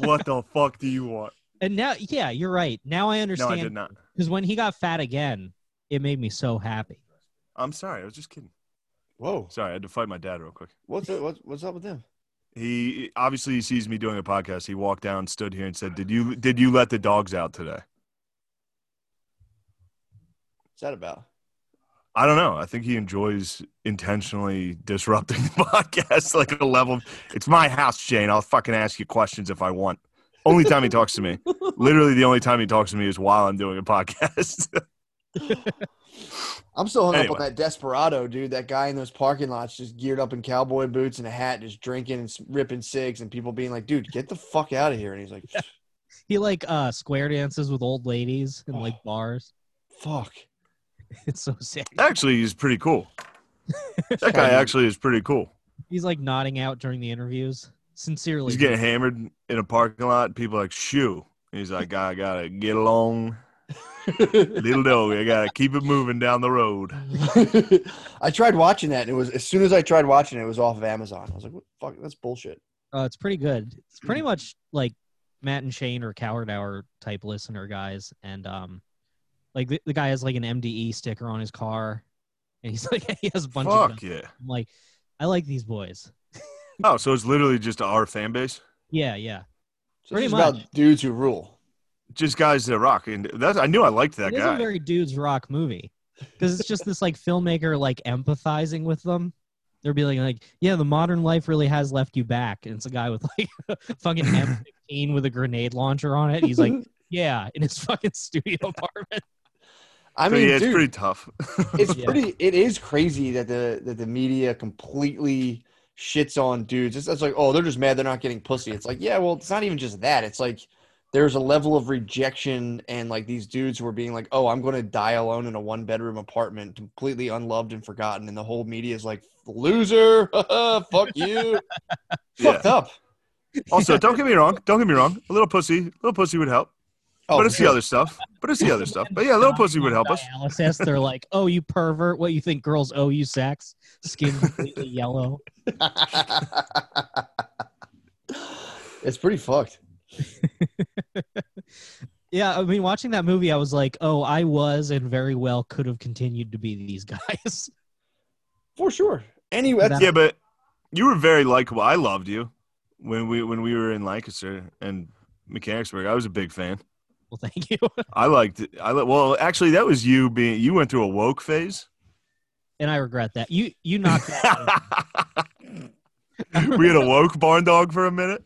S3: What the fuck do you want?
S2: And now, yeah, you're right. Now I
S3: No, I did
S2: understand
S3: not.
S2: because when he got fat again, it made me so happy.
S3: I'm sorry. I was just kidding.
S1: Whoa,
S3: Sorry, I had to fight my dad real quick.
S1: what's the, what's what's up with them?
S3: He obviously he sees me doing a podcast. He walked down, stood here, and said, "Did you did you let the dogs out today?"
S1: What's that about?
S3: I don't know. I think he enjoys intentionally disrupting the podcast like a level. of- It's my house, Shane. I'll fucking ask you questions if I want. Only time he talks to me. Literally, the only time he talks to me is while I'm doing a podcast.
S1: I'm still hung up
S3: Anyway.
S1: on that desperado dude. That guy in those parking lots, just geared up in cowboy boots and a hat, just drinking and s- ripping cigs, and people being like, "Dude, get the fuck out of here!" And he's like,
S2: He like uh square dances with old ladies in like bars.
S1: "Fuck."
S2: It's so sick.
S3: actually, he's pretty cool. That guy
S1: Shiny.
S3: actually is pretty cool.
S2: He's like nodding out during the interviews. Sincerely,
S3: He's getting hammered in a parking lot. People are like, shoo. He's like, I gotta get along. Little dog, I gotta keep it moving down the road.
S1: I tried watching that, and it was as soon as I tried watching it, it was off of Amazon. I was like, "What the fuck? That's bullshit."
S2: Uh, it's pretty good. It's pretty much like Matt and Shane or Coward Hour type listener guys, and um, like the, the guy has like an MDE sticker on his car, and he's like he has a bunch of.
S3: Fuck
S2: Guns.
S3: yeah.
S2: I'm like, I like these boys.
S3: Oh, so it's literally just our fan base.
S2: Yeah, yeah.
S1: So
S2: Pretty
S1: this is
S2: much.
S1: about dudes who rule.
S3: just guys that rock, and that's I knew I liked that
S2: it is
S3: guy.
S2: a very dudes rock movie because it's just this like filmmaker like empathizing with them. They're being like, yeah, the modern life really has left you back, and it's a guy with like a fucking M15 with a grenade launcher on it. He's like, yeah, in his fucking studio apartment.
S1: I
S3: So,
S1: mean,
S3: yeah, it's
S1: dude,
S3: pretty tough.
S1: it's
S2: Yeah.
S1: pretty it is crazy that the that the media completely shits on dudes it's, it's like oh they're just mad they're not getting pussy it's like yeah well it's not even just that it's like there's a level of rejection and like these dudes who are being like oh i'm going to die alone in a one bedroom apartment completely unloved and forgotten and the whole media is like loser fuck you
S3: Yeah.
S1: fucked up
S3: Also, don't get me wrong. Don't get me wrong. A little pussy, a little pussy would help.
S1: oh
S3: but it's
S1: sure.
S3: the other stuff. But it's the other stuff. But yeah, a little pussy would help us.
S2: Dialysis, they're like, "Oh, you pervert! What you think girls owe you sex? Skin completely yellow."
S1: it's pretty fucked
S2: Yeah, I mean, watching that movie, I was like, "Oh, I was and very well could have continued to be these guys."
S1: for sure anyway that's,
S3: Yeah, but you were very likable. I loved you when we when we were in Lancaster and Mechanicsburg. I was a big fan.
S2: Well, thank you.
S3: I liked. It. I li- well, actually, that was you being. You went through a woke phase.
S2: And I regret that. You you knocked that. out.
S3: we had a woke barn dog for a minute.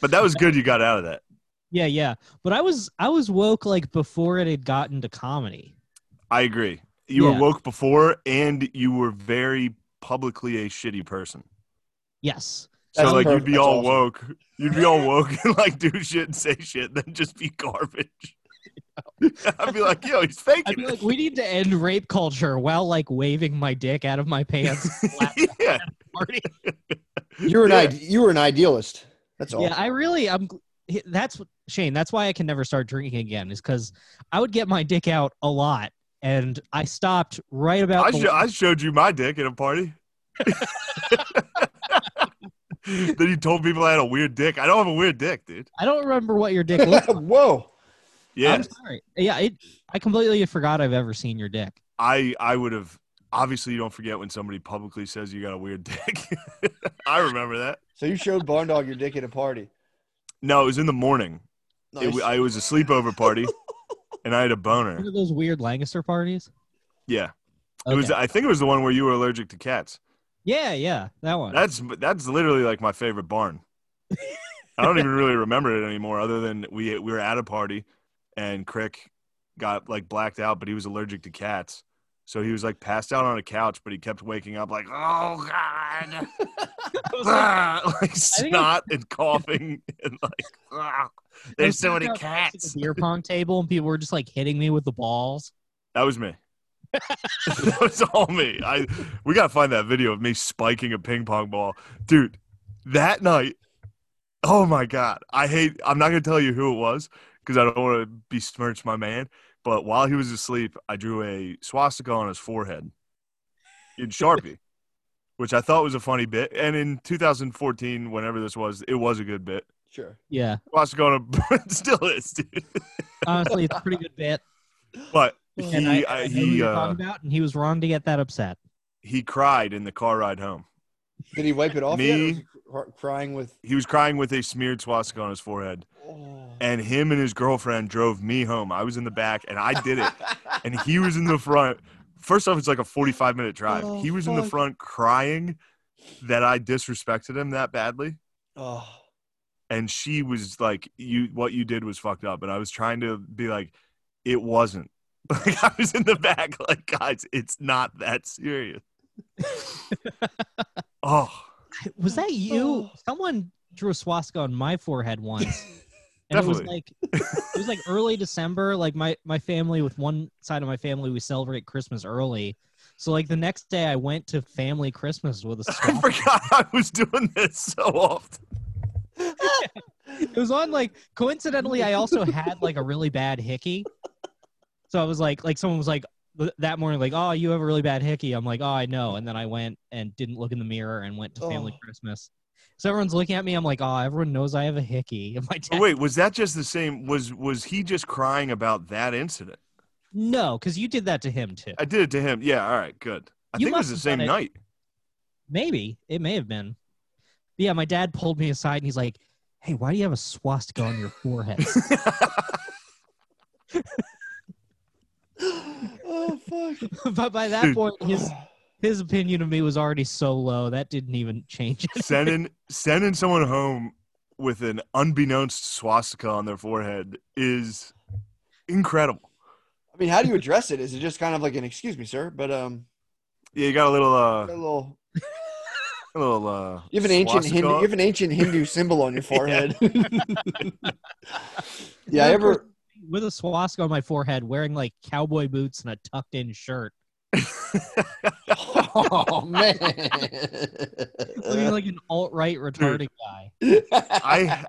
S3: But that was good. You got out of that.
S2: Yeah, yeah. But I was I was woke like before it had gotten to comedy.
S3: I agree. You
S2: Yeah.
S3: were woke before, and you were very publicly a shitty person.
S2: Yes.
S3: So
S1: That's
S3: like
S1: perfect.
S3: you'd be
S1: That's
S3: all
S1: awesome.
S3: woke, you'd be all woke and like do shit and say shit, then just be garbage. I'd be like, yo, he's faking.
S2: I'd be
S3: it.
S2: like, we need to end rape culture while like waving my dick out of my pants.
S3: yeah.
S2: Marty.
S1: You're an
S3: Yeah.
S1: ide- you were an idealist. That's all.
S2: yeah, I really, I'm. gl- That's Shane. That's why I can never start drinking again. Is because I would get my dick out a lot, and I stopped right about.
S3: I,
S2: the-
S3: sho- I showed you my dick at a party. then you told people I had a weird dick. I don't have a weird dick, dude.
S2: I don't remember what your dick looked. like.
S1: Whoa.
S3: Yeah,
S2: I'm sorry. Yeah, it, I completely forgot I've ever seen your dick.
S3: I I would have. Obviously, you don't forget when somebody publicly says you got a weird dick. I remember that.
S1: So you showed Barn Dog your dick at a party.
S3: No, it was in the morning. It,
S1: Nice.
S3: w- I it was a sleepover party, and I had a boner.
S2: One of those weird Lancaster parties.
S3: Yeah, it was.
S2: Okay.
S3: I think it was the one where you were allergic to cats.
S2: yeah, yeah, that one.
S3: That's that's literally like my favorite barn. I don't even really remember it anymore, other than we we were at a party, and Crick got like blacked out, but he was allergic to cats, so he was like passed out on a couch, but he kept waking up like oh god,
S2: I was like,
S3: Ah," like
S2: think
S3: snot and coughing and like "Ah,
S2: I
S3: there's
S2: was uh,
S3: so
S2: knocked
S3: many
S2: out next to
S3: cats.
S2: The beer pong table, and people were just like hitting me with the balls.
S3: That was me. that was all me. I we gotta find that video of me spiking a ping pong ball, dude. That night, oh my god, I hate. I'm not gonna tell you who it was because I don't want to besmirch my man. But while he was asleep, I drew a swastika on his forehead in Sharpie, which I thought was a funny bit. And in 2014, whenever this was, it was a good bit.
S1: sure.
S2: Yeah,
S3: Swastika on a it still is, dude.
S2: honestly, it's a pretty good bit.
S3: But
S2: And I,
S3: he,
S2: I
S3: I,
S2: know who
S3: he,
S2: you're
S3: uh,
S2: talking about, and he was wrong to get that upset.
S3: he cried in the car ride home.
S1: Did he wipe it off?
S3: Me-
S1: yet, or was he cr- crying with.
S3: he was crying with a smeared swastika on his forehead
S1: Oh.
S3: and him and his girlfriend drove me home i was in the back and i did it and he was in the front first off it's like a 45 minute drive
S1: Oh,
S3: he was in the
S1: fuck.
S3: front crying that i disrespected him that badly
S1: oh.
S3: and she was like you what you did was fucked up and i was trying to be like it wasn't like i was in the back like guys it's not that serious oh
S2: Was that you?
S1: Oh.
S2: Someone drew a swastika on my forehead once. And it was
S3: Definitely.
S2: like it was like early December. Like my my family with one side of my family, we celebrate Christmas early. So like the next day, I went to family Christmas with a
S3: i
S2: swastika.
S3: forgot i was doing this so often
S2: it was on like coincidentally. I also had like a really bad hickey. So I was like, like someone was like th- that morning, like, oh, you have a really bad hickey. I'm like, oh, I know. And then I went and didn't look in the mirror and went to family
S1: Oh.
S2: Christmas. So everyone's looking at me. I'm like, oh, everyone knows I have a hickey. And my dad
S3: But Wait, was that just the same? Was was he just crying about that incident?
S2: No, because you did that to him too.
S3: I did it to him. Yeah, all right, good. I
S2: You
S3: think it was the
S2: must have
S3: same
S2: done it.
S3: night.
S2: Maybe it may have been. But yeah, my dad pulled me aside and he's like, "Hey, why do you have a swastika on your forehead?"
S1: oh, fuck.
S2: but by that
S3: Dude.
S2: point, his his opinion of me was already so low that didn't even change it.
S3: sending sending someone home with an unbeknownst swastika on their forehead is incredible.
S1: I mean, how do you address it? Is it just kind of like an excuse me, sir? But um,
S3: Yeah, you got a little
S1: a
S3: uh,
S1: little.
S3: a little uh.
S1: You have an ancient
S3: swastika
S1: Hindu. You
S3: on-
S1: have an ancient Hindu symbol on your forehead. yeah, I
S2: Of course,
S1: ever.
S2: with a swastika on my forehead, wearing like cowboy boots and a tucked-in shirt,
S1: Oh man.
S2: looking like an alt-right retarded guy.
S1: I.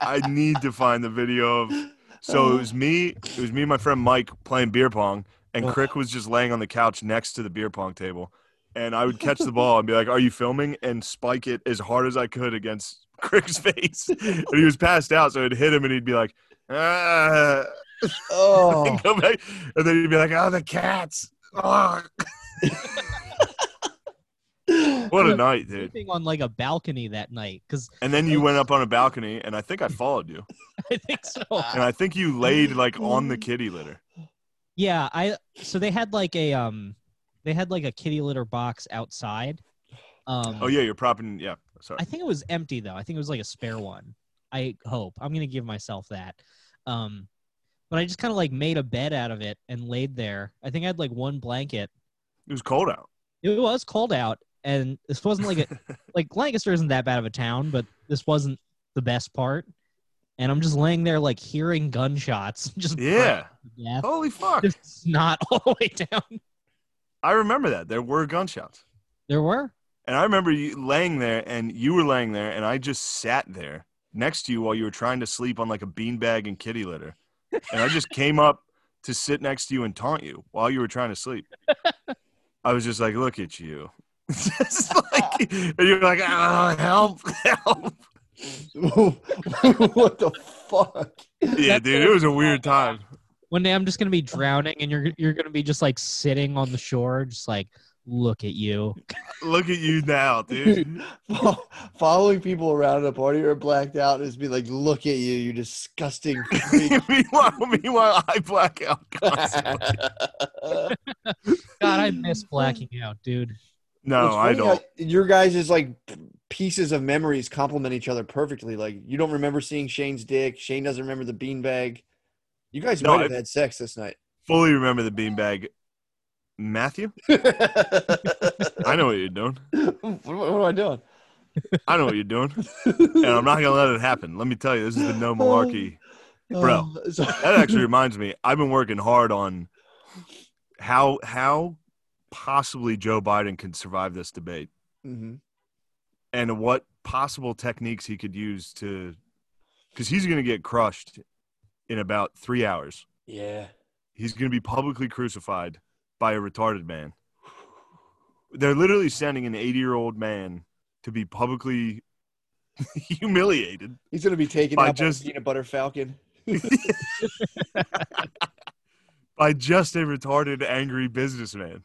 S3: I need to find the video of. So it was me. It was me and my friend Mike playing beer pong, and
S1: Ugh.
S3: Crick was just laying on the couch next to the beer pong table, and I would catch the ball and be like, "Are you filming?" and spike it as hard as I could against Crick's face, and he was passed out, so it'd hit him, and he'd be like, "Ah,"
S1: Oh.
S3: and go back, and then he'd be like, "Oh, the cats." Ah." What a night, dude!
S2: Sleeping on like a balcony that night because
S3: And then you went up on a balcony, and I think I followed you,
S2: I think so.
S3: and I think you laid like on the
S2: Oh.
S3: kitty litter.
S2: Yeah, I so they had like a um they had like a kitty litter box outside. Um
S3: Oh yeah, you're propping. Yeah, sorry.
S2: I think it was empty though. I think it was like a spare one. I hope. I'm going to give myself that. Um but I just kind of like made a bed out of it and laid there. I think I had like one blanket.
S3: It was cold out.
S2: It was cold out and this wasn't like a like Lancaster isn't that bad of a town, but this wasn't the best part. and I'm just laying there like hearing gunshots. Just
S3: Yeah.
S2: yeah,
S3: Holy fuck.
S2: just not all the way down.
S3: I remember that. There were gunshots.
S2: There were.
S3: And I remember you laying there and you were laying there and I just sat there next to you while you were trying to sleep on like a beanbag and kitty litter. And I just came up to sit next to you and taunt you while you were trying to sleep. I was just like, look at you. just like, and you're like, oh, help, help.
S1: what the fuck?
S3: Yeah, dude, it was a weird time.
S2: One day I'm just gonna be drowning, and you're you're gonna be just like sitting on the shore, just like look at you.
S3: Look at you now, dude.
S1: Dude, fo- following people around at a party or blacked out is be like, look at you, you disgusting freak.
S3: meanwhile, meanwhile, I black out constantly.
S1: It's
S2: God, I miss blacking out, dude.
S3: No, I
S1: funny how
S3: don't.
S1: Your guys is like pieces of memories complement each other perfectly. Like you don't remember seeing Shane's dick. Shane doesn't remember the beanbag. You guys
S3: No,
S1: might have
S3: I-
S1: had sex this night.
S3: Fully remember the beanbag. Matthew? I know what you're doing.
S1: what, what am I doing?
S3: I know what you're doing. And I'm not going to let it happen. Let me tell you, this is the no malarkey. Bro,
S1: Uh, so-
S3: That actually reminds me, I've been working hard on how how possibly Joe Biden can survive this debate
S1: Mhm.
S3: and what possible techniques he could use to cuz he's going to get crushed in about 3 hours.
S1: Yeah.
S3: He's going to be publicly crucified by a retarded man. They're literally sending an 80 year old man to be publicly humiliated.
S1: He's gonna be taken
S3: By
S1: out
S3: just-
S1: by a peanut butter falcon.
S3: by just a retarded, angry businessman.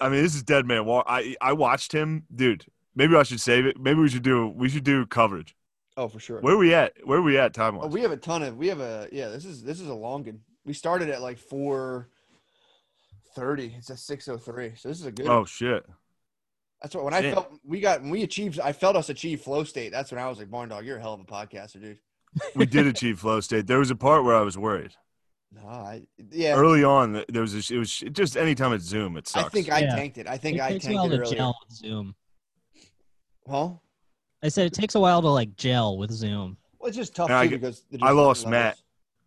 S3: I mean, this is dead man walk. I I watched him, dude. Maybe I should save it. Maybe we should do we should do coverage.
S1: oh, for sure.
S3: Where we at? Where we at time
S1: Oh,
S3: wise?
S1: we have a ton of we have a yeah. This is this is a long one. We started at like four thirty. It's at six oh three. So this is a good.
S3: Oh shit!
S1: that's what when I
S3: shit.
S1: felt we got when we achieved. I felt us achieve flow state. That's when I was like, Barn Dog, you're a hell of a podcaster, dude.
S3: We did achieve flow state. There was a part where I was worried
S1: No, I yeah.
S3: early on. There was a, it was just anytime it's Zoom, it sucks.
S1: I think I
S2: Yeah.
S1: tanked it. I think
S2: it
S1: I
S2: takes a while
S1: tanked
S2: to
S1: it earlier.
S2: gel with Zoom.
S1: Huh?
S2: I said it takes a while to like gel with Zoom.
S1: Well, it's just tough
S3: And I
S1: too
S3: g-
S1: because the
S3: I
S1: different
S3: lost
S1: levels.
S3: Matt.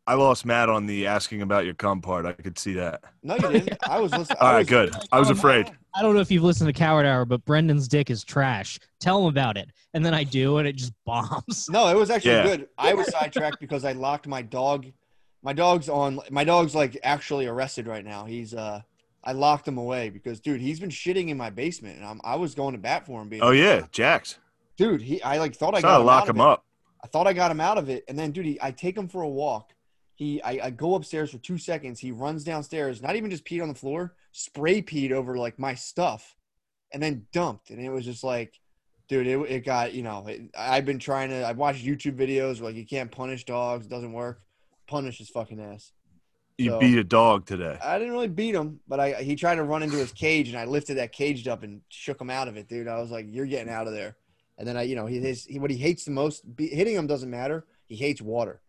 S3: I lost Matt on the asking about your cum part. I could see that.
S1: No, you didn't. I was listening.
S3: All
S1: I
S3: right,
S1: was,
S3: good. I was
S2: oh,
S3: afraid.
S2: I don't know if you've listened to Coward Hour, but Brendan's dick is trash. Tell him about it, and then I do, and it just bombs.
S1: No, it was actually
S3: Yeah.
S1: good. I was sidetracked because I locked my dog. My dog's on. My dog's like actually arrested right now. He's uh, I locked him away because dude, he's been shitting in my basement, and I'm I was going to bat for him. Being,
S3: Oh yeah, Jax.
S1: dude, he I like "Oh, thought I
S3: Try
S1: got
S3: to
S1: him
S3: lock
S1: out of
S3: him
S1: it.
S3: up.
S1: I thought I got him out of it, and then dude, he, I take him for a walk. He, I, I go upstairs for two seconds. He runs downstairs, not even just peed on the floor, spray peed over like my stuff, and then dumped. And it was just like, dude, it, it got you know. It, I've been trying to. I've watched YouTube videos where like you can't punish dogs. It doesn't work. Punish his fucking ass.
S3: You
S1: So- uh,
S3: beat a dog today.
S1: I didn't really beat him, but I he tried to run into his cage, and I lifted that cage up and shook him out of it, dude. I was like, "You're getting out of there." And then I, you know, he, his, he what he hates the most, be, hitting him doesn't matter. He hates water,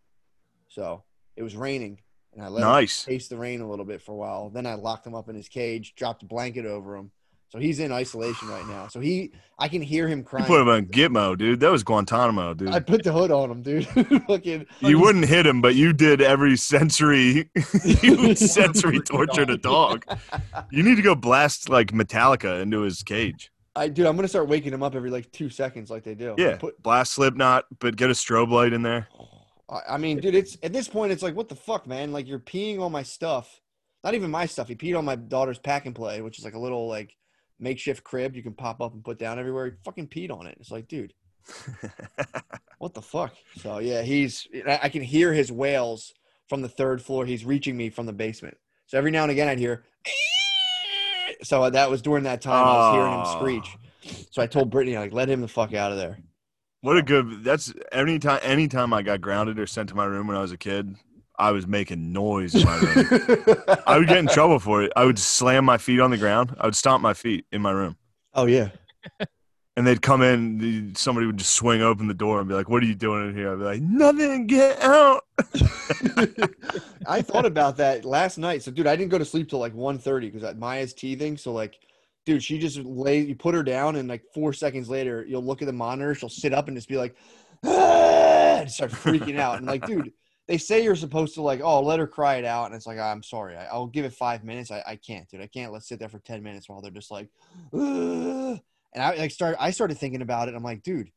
S1: so it was raining, and I let him
S3: Nice.
S1: taste the rain a little bit for a while. Then I locked him up in his cage, dropped a blanket over him, so he's in isolation right now. So he, I can hear him
S3: You
S1: crying.
S3: put him on Gitmo, dude. That was Guantanamo, dude.
S1: I put the hood on him, dude. Fucking,
S3: you wouldn't hit him, but you did every sensory, you sensory tortured a dog. You need to go blast like Metallica into his cage.
S1: I, dude, I'm gonna start waking him up every like two seconds, like they do.
S3: Yeah,
S1: Put-
S3: blast Slipknot, but get a strobe light in there.
S1: I I mean, dude, it's at this point, it's like, what the fuck, man? Like, you're peeing on my stuff. Not even my stuff. He peed on my daughter's pack and play, which is like a little like makeshift crib you can pop up and put down everywhere. He fucking peed on it. It's like, dude, what the fuck? So yeah, he's. I I can hear his wails from the third floor. He's reaching me from the basement. So every now and again, I'd hear. So that was during that time I was hearing him
S3: Aw.
S1: screech. So I told Brittany, like, let him the fuck out of there.
S3: What a good. That's anytime. Anytime I got grounded or sent to my room when I was a kid, I was making noise in my room. I would get in trouble for it. I would slam my feet on the ground. I would stomp my feet in my room.
S1: oh yeah.
S3: And they'd come in, the- somebody would just swing open the door and be like, What are you doing in here? I'd be like, Nothing, get out.
S1: I thought about that last night. So, dude, I didn't go to sleep till like 1.30 because Maya's teething. So, like, dude, she just lay. You put her down, and like four seconds later, you'll look at the monitor. She'll sit up and just be like, "Ah," and start freaking out. And like, dude, they say you're supposed to like, oh, let her cry it out, and it's like, I'm sorry, I, I'll give it five minutes. I, I can't, dude. I can't. Let's sit there for ten minutes while they're just like, "Ah." and I like start. I started thinking about it. I'm like, dude.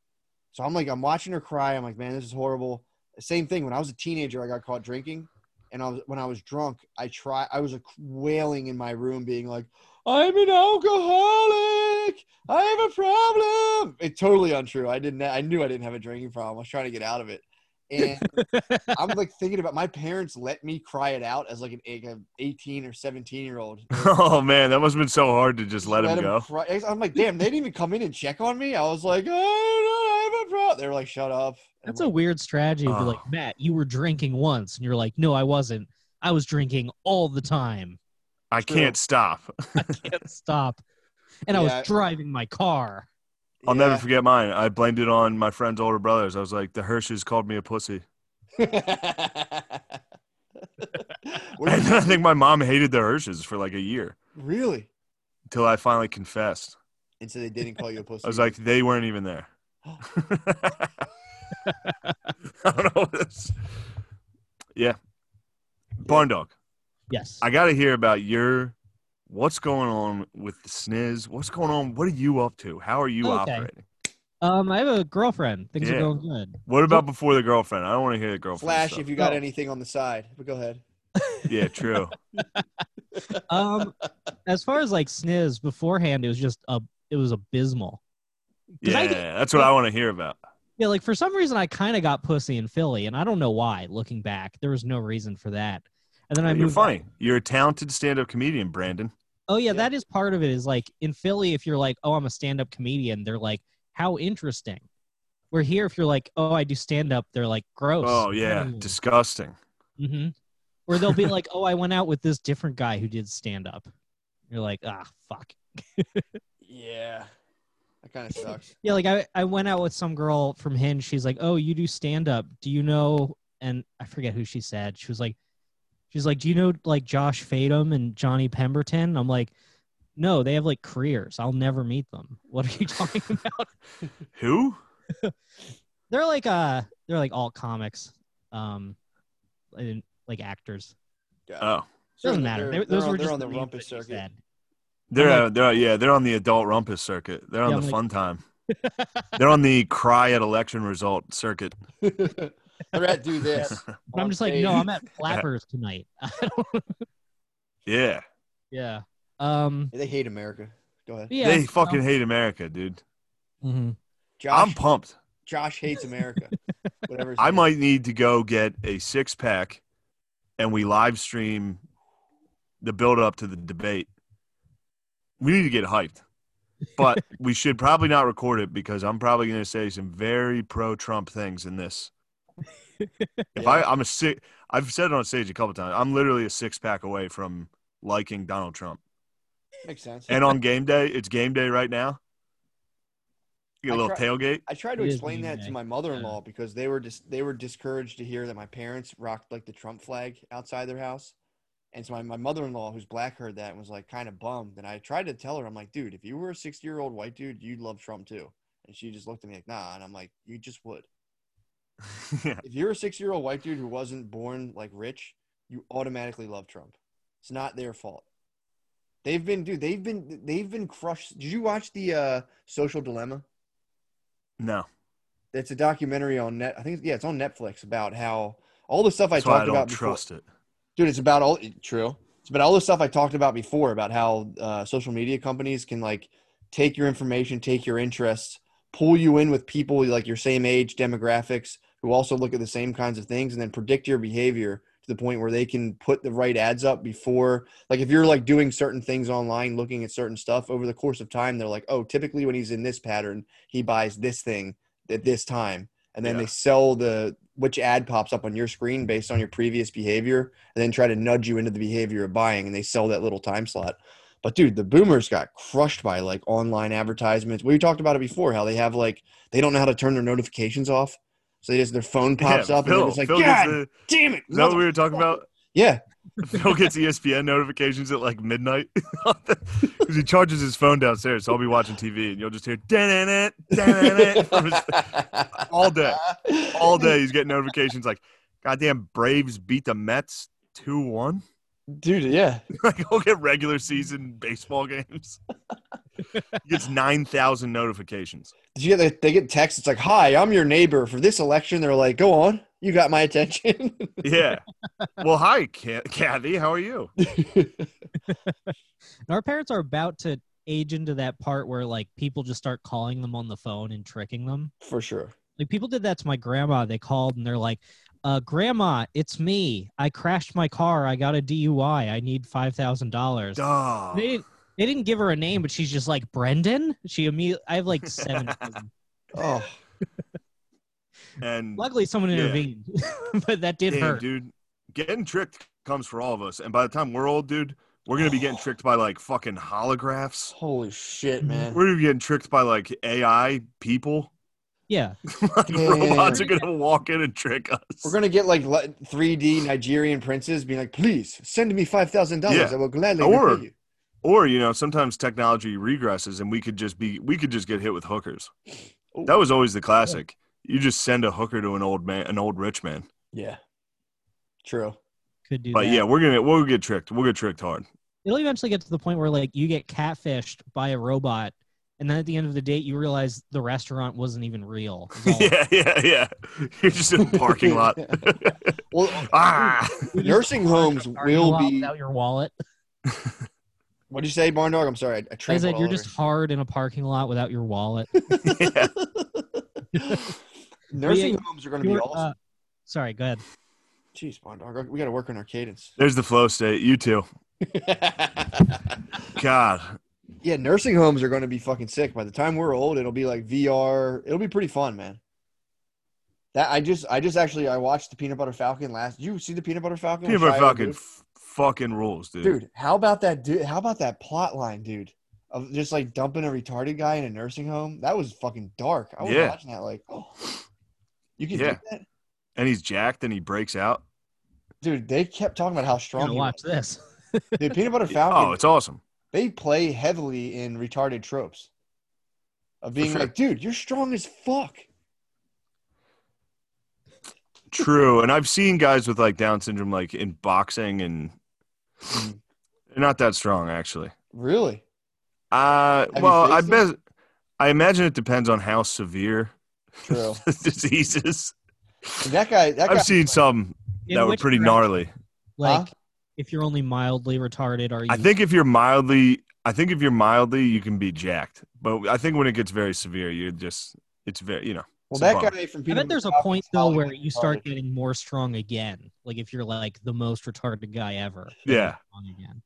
S1: So I'm like, I'm watching her cry. I'm like, man, this is horrible. Same thing. When I was a teenager, I got caught drinking, and I was when I was drunk, I try. I was like, wailing in my room, being like, I'm an alcoholic. I have a problem. It's totally untrue. I didn't. I knew I didn't have a drinking problem. I was trying to get out of it, and I'm like thinking about my parents let me cry it out as like an like a 18 or 17 year old.
S3: Oh man, that must have been so hard to just let, him go.
S1: cry. I'm like, damn, they didn't even come in and check on me. I was like, I, don't know, I have a problem. They were like, shut up. And
S2: That's
S1: I'm
S2: a
S1: like,
S2: weird strategy. to be like,
S3: Oh.
S2: Matt, you were drinking once, and you're like, no, I wasn't. I was drinking all the time.
S3: I
S1: True.
S3: can't stop.
S2: Can't stop. And I
S1: Yeah.
S2: was driving my car.
S3: I'll never forget mine. I blamed it on my friend's older brothers. I was like, the Hirsches called me a pussy.
S1: What
S3: And
S1: did you-
S3: I think my mom hated the Hirsches for like a year
S1: really?
S3: until I finally confessed.
S1: And so they didn't call you a pussy.
S3: I was like, they weren't even there. I don't know. What this... Yeah. Barn dog.
S2: Yes.
S3: I got to hear about your what's going on with the sniz. What's going on? What are you up to? How are you
S2: Okay.
S3: operating?
S2: um, I have a girlfriend. Things
S3: Yeah.
S2: are going good.
S3: What about before the girlfriend? I don't want to hear the girlfriend.
S1: Flash
S3: stuff.
S1: if you got
S2: No.
S1: anything on the side. But go ahead.
S3: Yeah, true.
S2: Um, as far as like sniz beforehand, it was just a it was abysmal. 'Cause I
S3: yeah,
S2: get-
S3: that's what I want to hear about.
S2: Yeah, like for some reason I kind of got pussy in Philly, and I don't know why. Looking back, there was no reason for that. And then I
S3: You're
S2: moved.
S3: funny. You're a talented stand-up comedian, Brandon.
S2: Oh yeah,
S1: Yeah.
S2: that is part of it. Is like in Philly, if you're like, oh, I'm a stand-up comedian, they're like, how interesting. We're here if you're like, oh, I do stand-up, they're like, gross.
S3: Oh yeah, disgusting.
S2: hmm Or they'll be like, oh, I went out with this different guy who did stand-up. You're like, ah, fuck.
S1: Yeah. That kind of sucks.
S2: Yeah, like I, I went out with some girl from Hinge. She's like, "Oh, you do stand up. Do you know?" And I forget who she said. She was like, "She's like, do you know like Josh Fadum and Johnny Pemberton?" I'm like, "No, they have like careers. I'll never meet them. What are you talking about?"
S3: Who?
S2: they're like uh, they're like alt comics, um, and like actors.
S1: God.
S3: Oh,
S2: Doesn't
S1: Certainly,
S2: matter.
S1: They're,
S2: They- those
S1: they're on,
S2: were
S1: they're
S2: just
S1: on the
S2: names
S1: rumpus
S2: that she
S1: circuit.
S2: said.
S3: they're
S2: I'm
S3: they're yeah they're on the adult rumpus circuit. They're on
S2: Yeah,
S3: the
S2: I'm like-
S3: fun time. they're on the cry at election result circuit.
S1: they're at do this.
S2: But I'm
S1: on
S2: just like,
S1: stage.
S2: no, I'm at Flappers tonight. Uh,
S3: yeah.
S2: yeah. Um.
S1: They hate America. Go ahead.
S2: Yeah.
S3: they fucking hate America, dude.
S2: hmm
S1: Josh,
S3: I'm pumped.
S1: Josh hates America. Whatever. his
S3: I
S1: name is.
S3: might need to go get a six pack, and we live stream the build up to the debate. We need to get hyped, but we should probably not record it because I'm probably going to say some very pro Trump things in this. If I, I'm a six, I've said it on stage a couple times. I'm literally a six pack away from liking Donald Trump.
S1: Makes sense.
S3: And on game day, it's game day right now. You get a
S1: I
S3: little
S1: try-
S3: tailgate.
S1: I tried to
S2: It is
S1: explain
S2: mean
S1: that to
S2: day.
S1: my mother-in-law because they were just they were discouraged to hear that my parents rocked like the Trump flag outside their house. And so my, my mother-in-law, who's black, heard that and was like kind of bummed. And I tried to tell her, I'm like, dude, if you were a 60-year-old white dude, you'd love Trump too. And she just looked at me like, nah. And I'm like, you just would.
S3: yeah.
S1: If you're a 60-year-old white dude who wasn't born like rich, you automatically love Trump. It's not their fault. They've been, dude, they've been, they've been crushed. Did you watch the uh, Social Dilemma?
S3: No.
S1: it's a documentary on net. I think yeah, it's on Netflix about how all the stuff I
S3: That's why I
S1: talked
S3: don't
S1: about before.
S3: trust it.
S1: Dude, it's about all true. It's about all the stuff I talked about before about how uh, social media companies can like take your information, take your interests, pull you in with people like your same age demographics who also look at the same kinds of things, and then predict your behavior to the point where they can put the right ads up before. Like if you're like doing certain things online, looking at certain stuff over the course of time, they're like, oh, typically when he's in this pattern, he buys this thing at this time, and then
S3: Yeah.
S1: they sell the which ad pops up on your screen based on your previous behavior and then try to nudge you into the behavior of buying and they sell that little time slot but dude the boomers got crushed by like online advertisements we talked about it before how they have like they don't know how to turn their notifications off so they just their phone pops
S3: Yeah,
S1: up and
S3: Phil,
S1: they're just like
S3: Phil gets
S1: god
S3: the-
S1: damn it
S3: Is that what we
S1: mother-"
S3: were talking about?
S1: yeah
S3: Phil gets E ESPN notifications at like midnight because he charges his phone downstairs. So I'll be watching TV and you'll just hear it, it from his, all day, all day. He's getting notifications like, "Goddamn Braves beat the Mets two one."
S1: Dude, yeah.
S3: Like he'll get regular season baseball games. he gets nine thousand notifications.
S1: Did you get the, they get texts? It's like, "Hi, I'm your neighbor for this election." They're like, "Go on, you got my attention."
S3: Yeah. Well, hi, Ca- Kathy. How are you?
S2: And our parents are about to age into that part where like people just start calling them on the phone and tricking them.
S1: for sure.
S2: Like people did that to my grandma. They called and they're like, uh, "Grandma, it's me. I crashed my car. I got a DUI. I need five thousand dollars."
S3: Duh.
S2: They didn't, they didn't give her a name, but she's just like Brendan. She immediately. I have like seven. cousins.
S1: Oh,
S3: And
S2: Luckily, someone
S3: Yeah.
S2: intervened, but that did
S3: Damn,
S2: hurt.
S3: dude. Getting tricked comes for all of us. And by the time we're old, dude, we're gonna be getting tricked by like fucking holographs.
S1: holy shit, man.
S3: We're gonna be getting tricked by like AI people.
S2: Yeah,
S3: like
S1: Yeah.
S3: robots are gonna walk in and trick us.
S1: We're gonna get like li- 3D Nigerian princes being like, "Please send me five thousand dollars.
S3: Yeah.
S1: I will gladly
S3: Or-
S1: repay you."
S3: or you know, sometimes technology regresses and we could just be we could just get hit with hookers. That was always the classic. You just send a hooker to an old man an old rich man.
S1: Yeah. True.
S2: could do
S3: But
S2: that.
S3: yeah, we're gonna we'll get tricked. We'll get tricked hard.
S2: it'll eventually get to the point where like you get catfished by a robot, and then at the end of the date, you realize the restaurant wasn't even real. It was all-
S3: yeah, yeah, yeah. You're just in a parking lot.
S1: Well,
S3: ah
S2: you just
S1: nursing homes
S2: Are you
S1: will
S2: out
S1: be.
S2: without your wallet.
S1: What did you say, Barn Dog? I'm sorry. I, I
S2: I
S1: trampled
S2: said
S1: all
S2: you're
S1: over
S2: just hard in a parking lot without your wallet.
S3: yeah.
S1: you. Nursing homes are going to be
S2: You're,
S1: awesome.
S2: uh, sorry, go ahead.
S1: Jeez, Barn Dog, we got to work on our cadence.
S3: There's the flow state. You too. God.
S1: yeah, nursing homes are going to be fucking sick. By the time we're old, it'll be like VR. It'll be pretty fun, man. That I just, I just actually, I watched the Peanut Butter Falcon last. You see the Peanut Butter Falcon? with
S3: Peanut butter
S1: Shia
S3: falcon
S1: LaBeouf?
S3: f- fucking rules, dude.
S1: dude how about that dude how about that plot line dude of just like dumping a retarded guy in a nursing home that was fucking dark i was
S3: Yeah.
S1: watching that like oh you can
S3: Yeah.
S1: do that
S3: And he's jacked and he breaks out.
S1: dude they kept talking about how
S2: You're
S1: strong
S2: gonna
S1: he
S2: watch
S1: was.
S2: this.
S1: dude peanut butter falcon
S3: Oh, it's awesome.
S1: they play heavily in retarded tropes of being
S3: sure.
S1: like dude you're strong as fuck
S3: True. And I've seen guys with like Down syndrome like in boxing and they're not that strong actually.
S1: really
S3: Uh
S1: you
S3: well I
S1: faced
S3: bet I imagine it depends on how severe
S1: True.
S3: the disease is.
S1: And that guy that guy
S3: I've seen some
S2: In
S3: that were
S2: which
S3: pretty
S2: direction,
S3: gnarly.
S2: Like,
S1: Huh?
S2: if you're only mildly retarded, are you?
S3: I think if you're mildly, I think if you're mildly, you can be jacked. But I think when it gets very severe, you're just, it's very, you know,
S1: well
S3: it's a
S1: that
S3: bummer.
S1: guy from
S2: I
S1: peanut
S2: bet
S1: Butter
S2: there's a
S1: Falcon's
S2: point though where
S1: Hollywood
S2: you start
S1: retarded.
S2: getting more strong again. Like if you're like the most retarded guy ever. you're
S3: Yeah.
S2: strong Again.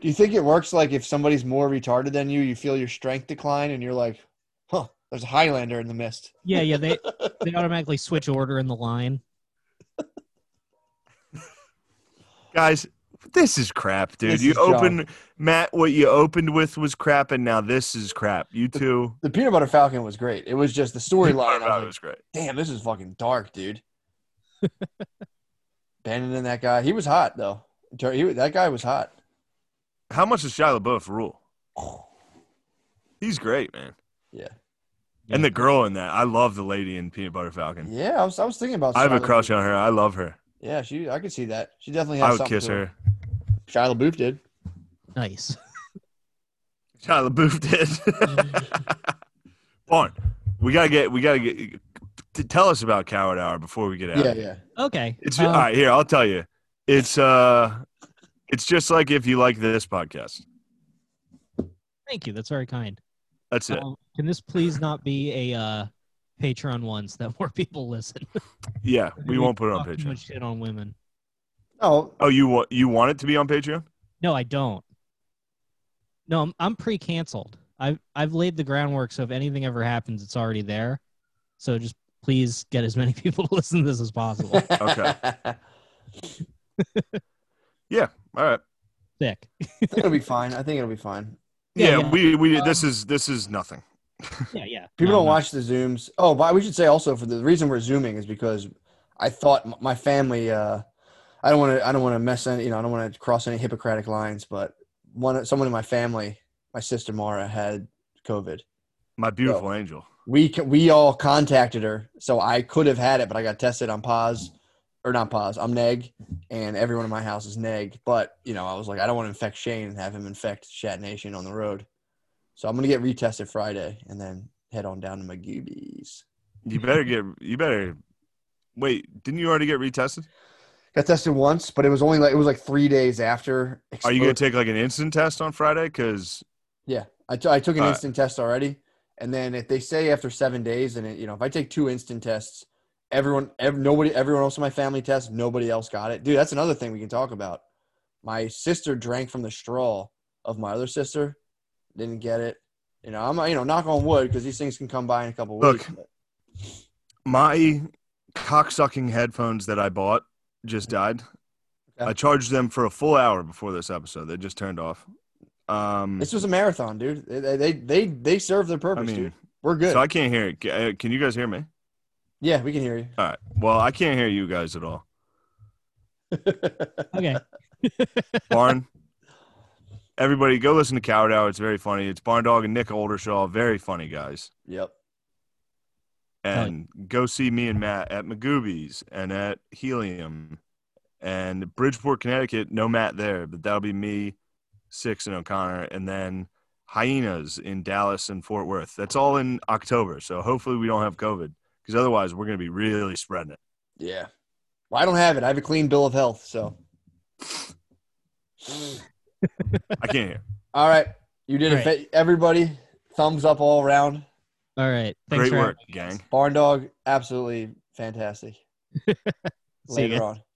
S1: do you think it works like if somebody's more retarded than you you feel your strength decline and you're like huh there's a highlander in the mist
S2: Yeah, yeah. They they automatically switch order in the line.
S3: guys, this is crap, dude.
S1: This
S3: you
S1: is
S3: open, Matt, what you opened with was crap, and now this is crap. You two,
S1: The Peanut Butter Falcon was great. It was just the storyline. I
S3: That
S1: was
S3: was great.
S1: like, damn, this is fucking dark, dude. Abandoning that guy. He was hot, though. Ter- he- that guy was hot.
S3: How much does Shia LaBeouf rule? He's great, man.
S1: Yeah.
S3: And the girl in that, I love the lady in Peanut Butter Falcon.
S1: Yeah, I was, I was thinking about
S3: I have a
S1: Shia
S3: crush
S1: LaBeouf.
S3: on her. I love her.
S1: Yeah, she, I could see that. She definitely has
S3: I would
S1: something
S3: kiss
S1: to
S3: her.
S1: Shia LaBeouf did.
S2: nice.
S3: Shia LaBeouf did. Barn, we gotta get, we gotta get. t- Tell us about Coward Hour before we get out.
S1: Yeah, yeah.
S2: Okay.
S3: It's
S2: um,
S3: all right. Here, I'll tell you. It's uh, it's just like if you like this podcast.
S2: Thank you. That's very kind.
S3: That's it.
S2: Um, can this please not be a uh, Patreon one so that more people listen?
S3: Yeah, we won't put it on
S2: Talk Too much
S3: Patreon.
S2: shit on women.
S1: Oh,
S3: Oh, you want you want it to be on Patreon?
S2: No, I don't. No, I'm, I'm pre-canceled. I've I've laid the groundwork, so if anything ever happens, it's already there. So just please get as many people to listen to this as possible.
S3: Okay. All right.
S2: Sick.
S1: I think it'll be fine. I think it'll be fine.
S3: Yeah,
S2: Yeah, yeah. Um,
S3: we we this is this is nothing.
S2: Yeah, yeah.
S1: People
S2: No,
S1: don't
S2: no.
S1: watch the Zooms. Oh, but we should say also for the reason we're Zooming is because I thought m- my family. Uh, I don't want to. I don't want to mess any. You know, I don't want to cross any Hippocratic lines. But one, someone in my family, my sister Mara had COVID.
S3: My beautiful angel.
S1: We c- we all contacted her, so I could have had it, but I got tested on pause, or not pause. I'm neg, and everyone in my house is neg. But you know, I was like, I don't want to infect Shane and have him infect Shat Nation on the road. So I'm gonna get retested Friday, and then head on down to McGeebee's.
S3: You better get. You better. Wait, didn't you already get retested?
S1: Got tested once, but it was only like it was like three days after.
S3: Are you gonna
S1: exposure.
S3: take like an instant test on Friday? Because
S1: Yeah, I, t- I took an
S3: All right.
S1: instant test already, and then if they say after seven days, and it, you know, if I take two instant tests, everyone, ev- nobody, everyone else in my family tests, nobody else got it. Dude, that's another thing we can talk about. My sister drank from the straw of my other sister, didn't get it. You know, I'm you know, knock on wood because these things can come by in a couple
S3: Look.
S1: weeks. but-
S3: my cocksucking headphones that I bought just died.
S1: Okay.
S3: I charged them for a full hour before this episode. They just turned off. Um,
S1: This was a marathon, dude. They they they they, they serve their
S3: I
S1: purpose,
S3: mean,
S1: dude. We're good.
S3: so I can't hear it. Ca- uh, Can you guys hear me?
S1: yeah, we can hear you.
S3: All right. Well, I can't hear you guys at all.
S2: Okay.
S3: Barn. Everybody, go listen to Coward Hour. It's very funny. It's Barn Dog and Nick Oldershaw. Very funny guys.
S1: yep.
S3: And go see me and Matt at Magoobies and at Helium and Bridgeport, Connecticut. No Matt there, but that'll be me, Six, and O'Connor. And then Hyenas in Dallas and Fort Worth. That's all in October. So hopefully we don't have COVID because otherwise we're going to be really spreading it.
S1: Yeah. Well, I don't have it. I have a clean bill of health, so.
S3: I can't hear.
S1: All right. You did it.
S2: All
S1: Everybody, thumbs up all around.
S2: All right. Thanks
S3: Great
S2: for
S3: work,
S2: having me, guys.
S3: gang.
S1: Barn Dog, absolutely fantastic.
S2: See you
S1: Later on.